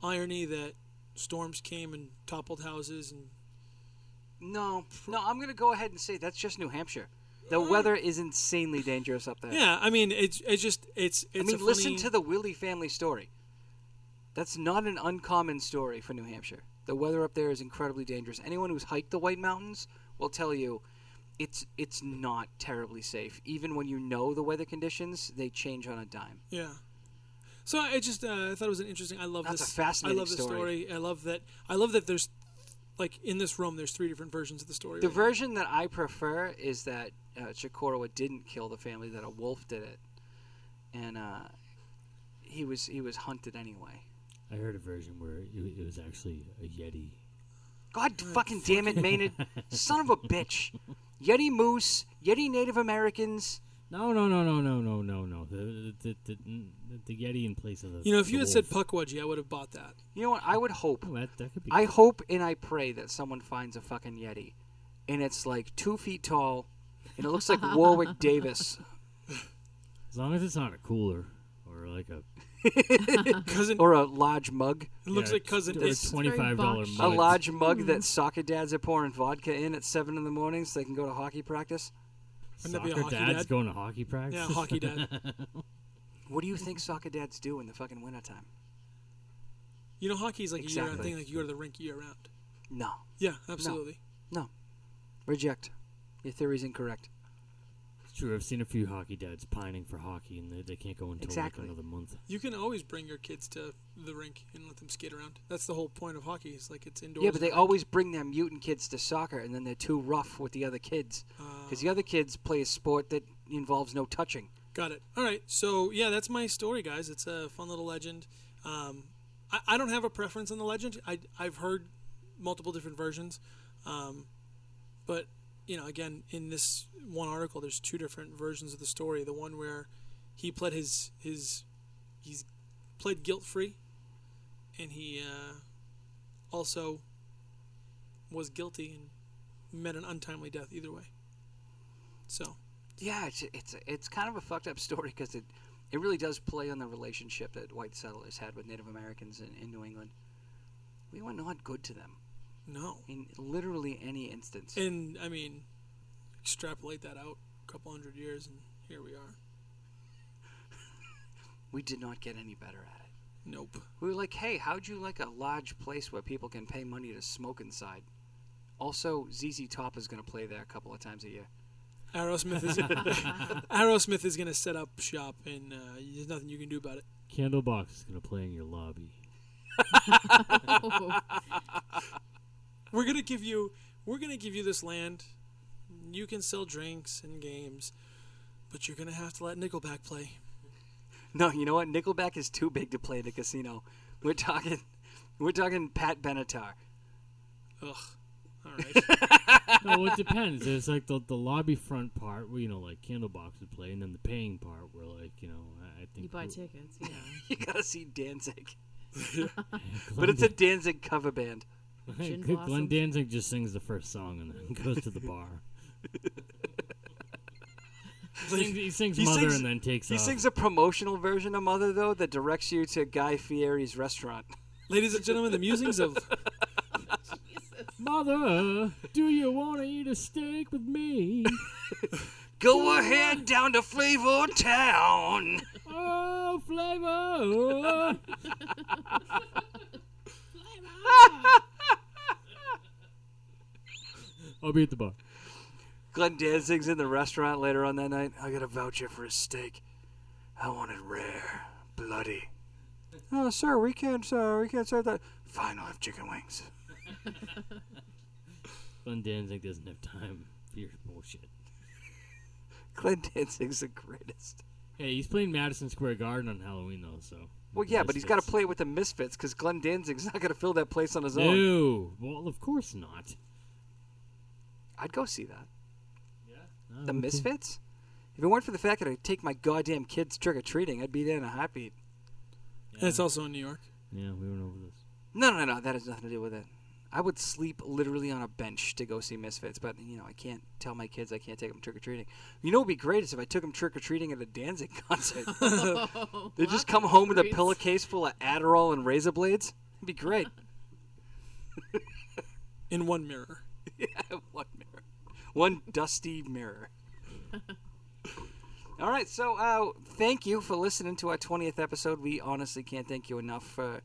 D: irony that storms came and toppled houses and
B: No, no, I'm gonna go ahead and say that's just New Hampshire. The weather is insanely dangerous up there.
D: yeah, I mean it's it's just it's
B: I
D: it's
B: mean,
D: a
B: listen
D: funny-
B: to the Willie family story. That's not an uncommon story for New Hampshire. The weather up there is incredibly dangerous. Anyone who's hiked the White Mountains will tell you it's it's not terribly safe. Even when you know the weather conditions, they change on a dime.
D: Yeah. So I just uh, I thought it was an interesting. I love
B: That's
D: this.
B: a fascinating
D: I love this
B: story.
D: I love that. I love that there's like in this room there's three different versions of the story.
B: The
D: right now.
B: version that I prefer is that uh, Chikorowa didn't kill the family; that a wolf did it, and uh, he was he was hunted anyway.
E: I heard a version where it, it was actually a Yeti.
B: God fucking damn it, Maynard. Son of a bitch. Yeti Moose, Yeti Native Americans.
E: No, no, no, no, no, no, no, no. The, the, the, the, the Yeti in place of the.
D: you know, if
E: the
D: you had
E: wolf.
D: said Puckwudgie, I would have bought that.
B: You know what? I would hope.
E: Oh, that, that could be.
B: I hope and I pray that someone finds a fucking Yeti. And it's like two feet tall, and it looks like Warwick Davis.
E: as long as it's not a cooler or like a.
D: Cousin
B: Or a large mug.
D: it looks
E: yeah,
D: like cousin.
E: or a
D: It's,
E: twenty-five dollar
F: boxy.
B: A
F: Nice. lot-
B: large mug that soccer dads are pouring vodka in at 7 in the morning so they can go to hockey practice.
D: Wouldn't that be a
E: Soccer
D: hockey
E: dad's
D: dad?
E: going to hockey practice.
D: yeah, hockey dad.
B: What do you think soccer dads do in the fucking wintertime?
D: You know, hockey's like a year-round
B: Exactly.
D: thing. Like you go to the rink year-round.
B: No.
D: Yeah, absolutely.
B: No. Reject. Your theory's incorrect.
E: It's true. I've seen a few hockey dads pining for hockey, and they, they can't go until
B: Exactly.
E: like another month.
D: You can always bring your kids to the rink and let them skate around. That's the whole point of hockey. Is like it's indoors.
B: Yeah, but they always bring their mutant kids to soccer, and then they're too rough with the other kids because the other kids play a sport that involves no touching.
D: Got it. All right. So yeah, that's my story, guys. It's a fun little legend. Um, I, I don't have a preference on the legend. I I've heard multiple different versions, um, but you know, again, in this one article, there's two different versions of the story. The one where he pled his his he's pled guilt free, and he uh, also was guilty and met an untimely death. Either way. So
B: Yeah, it's it's it's kind of a fucked up story because it it really does play on the relationship that white settlers had with Native Americans in, in New England. We were not good to them
D: no.
B: in literally any instance.
D: And I mean, extrapolate that out a couple hundred years, and here we are.
B: We did not get any better at it.
D: Nope.
B: We were like, hey, how'd you like a large place where people can pay money to smoke inside? Also, ZZ Top is going to play there a couple of times a year.
D: Aerosmith is Aerosmith is going to set up shop, and uh, there's nothing you can do about it.
E: Candlebox is going to play in your lobby.
D: We're going to give you we're going to give you this land. You can sell drinks and games, but you're going to have to let Nickelback play.
B: No, you know what? Nickelback is too big to play at a casino. We're talking, we're talking Pat Benatar.
D: Ugh. All right.
E: no, it depends. There's like the, the lobby front part where you know like Candlebox would play, and then the paying part where like you know I, I think
F: You buy
E: who-
F: tickets, yeah.
B: You gotta see Danzig, but it's a Danzig cover band.
F: Gin
E: Glenn
F: Blossom.
E: Danzig just sings the first song and then goes to the bar. Sings- he sings
B: He
E: Mother
B: sings-
E: and then takes
B: He
E: off.
B: sings a promotional version of Mother though that directs you to Guy Fieri's restaurant.
D: Ladies and gentlemen, the musings of
E: Mother, do you want to eat a steak with me?
B: Go ahead down to Flavor Town.
E: oh, flavor! I'll be at the bar.
B: Glenn Danzig's in the restaurant later on that night. I got a voucher for a steak. I want it rare, bloody. Oh, sir, we can't. Uh, we can't serve that. Fine, I'll have chicken wings.
E: Glenn Danzig doesn't have time for your bullshit.
B: Glenn Danzig's the greatest.
E: Hey, he's playing Madison Square Garden on Halloween though, so.
B: Well, yeah, but he's got to
E: Misfits.
B: play it with the Misfits because Glenn Danzig's not going to fill that place on his own.
E: No, well, of course not.
B: I'd go see that.
E: No,
B: The
E: we-
B: Misfits? If it weren't for the fact that I take my goddamn kids trick or treating, I'd be there in a heartbeat.
D: and it's also in New York.
E: Yeah, we went over this.
B: No, no, no, that has nothing to do with it. I would sleep literally on a bench to go see Misfits, but you know I can't tell my kids I can't take them trick or treating. You know, what would be great is if I took them trick or treating at a Danzig concert. they
F: Lots
B: just come
F: of
B: home with a
F: treats.
B: pillowcase full of Adderall and razor blades. It'd be great.
D: In one mirror.
B: one mirror, one dusty mirror. All right, so uh, thank you for listening to our twentieth episode. We honestly can't thank you enough for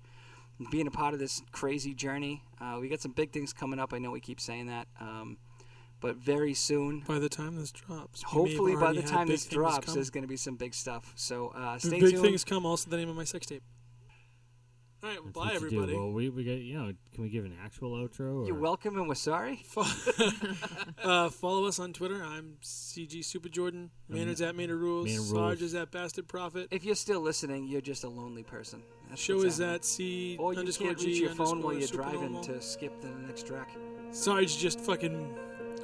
B: being a part of this crazy journey. Uh, we got some big things coming up. I know we keep saying that, um, but very soon,
D: By the time this drops, we may have
B: hopefully by
D: already
B: the
D: had
B: time
D: big
B: this
D: things
B: drops,
D: come.
B: there's going to be some big stuff. So uh, stay
D: big
B: tuned.
D: things come. Also, the name of my sex tape. All right, well,
E: That's
D: bye
E: what you do.
D: everybody.
E: Well, we, we got you know. Can we give an actual outro? Or?
B: You're welcome, and we're sorry.
D: Uh, follow us on Twitter. I'm CG Super Jordan. Maynard's at Maynard Rules.
E: Maynard
D: Sarge
E: Rules.
D: is at Bastard Prophet.
B: If you're still listening, you're just a lonely person. That's
D: Show
B: what's
D: is
B: happening.
D: at C
B: Or you
D: underscore
B: can't
D: G
B: reach your phone
D: underscore
B: while you're driving
D: supernormal.
B: to skip the next track.
D: Sarge just fucking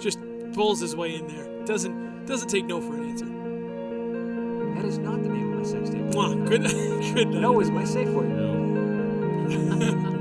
D: just pulls his way in there. Doesn't doesn't take no for an answer.
B: That is not the name of my sex tape.
D: Mwah. Good good night.
B: No is my safe word.
E: No.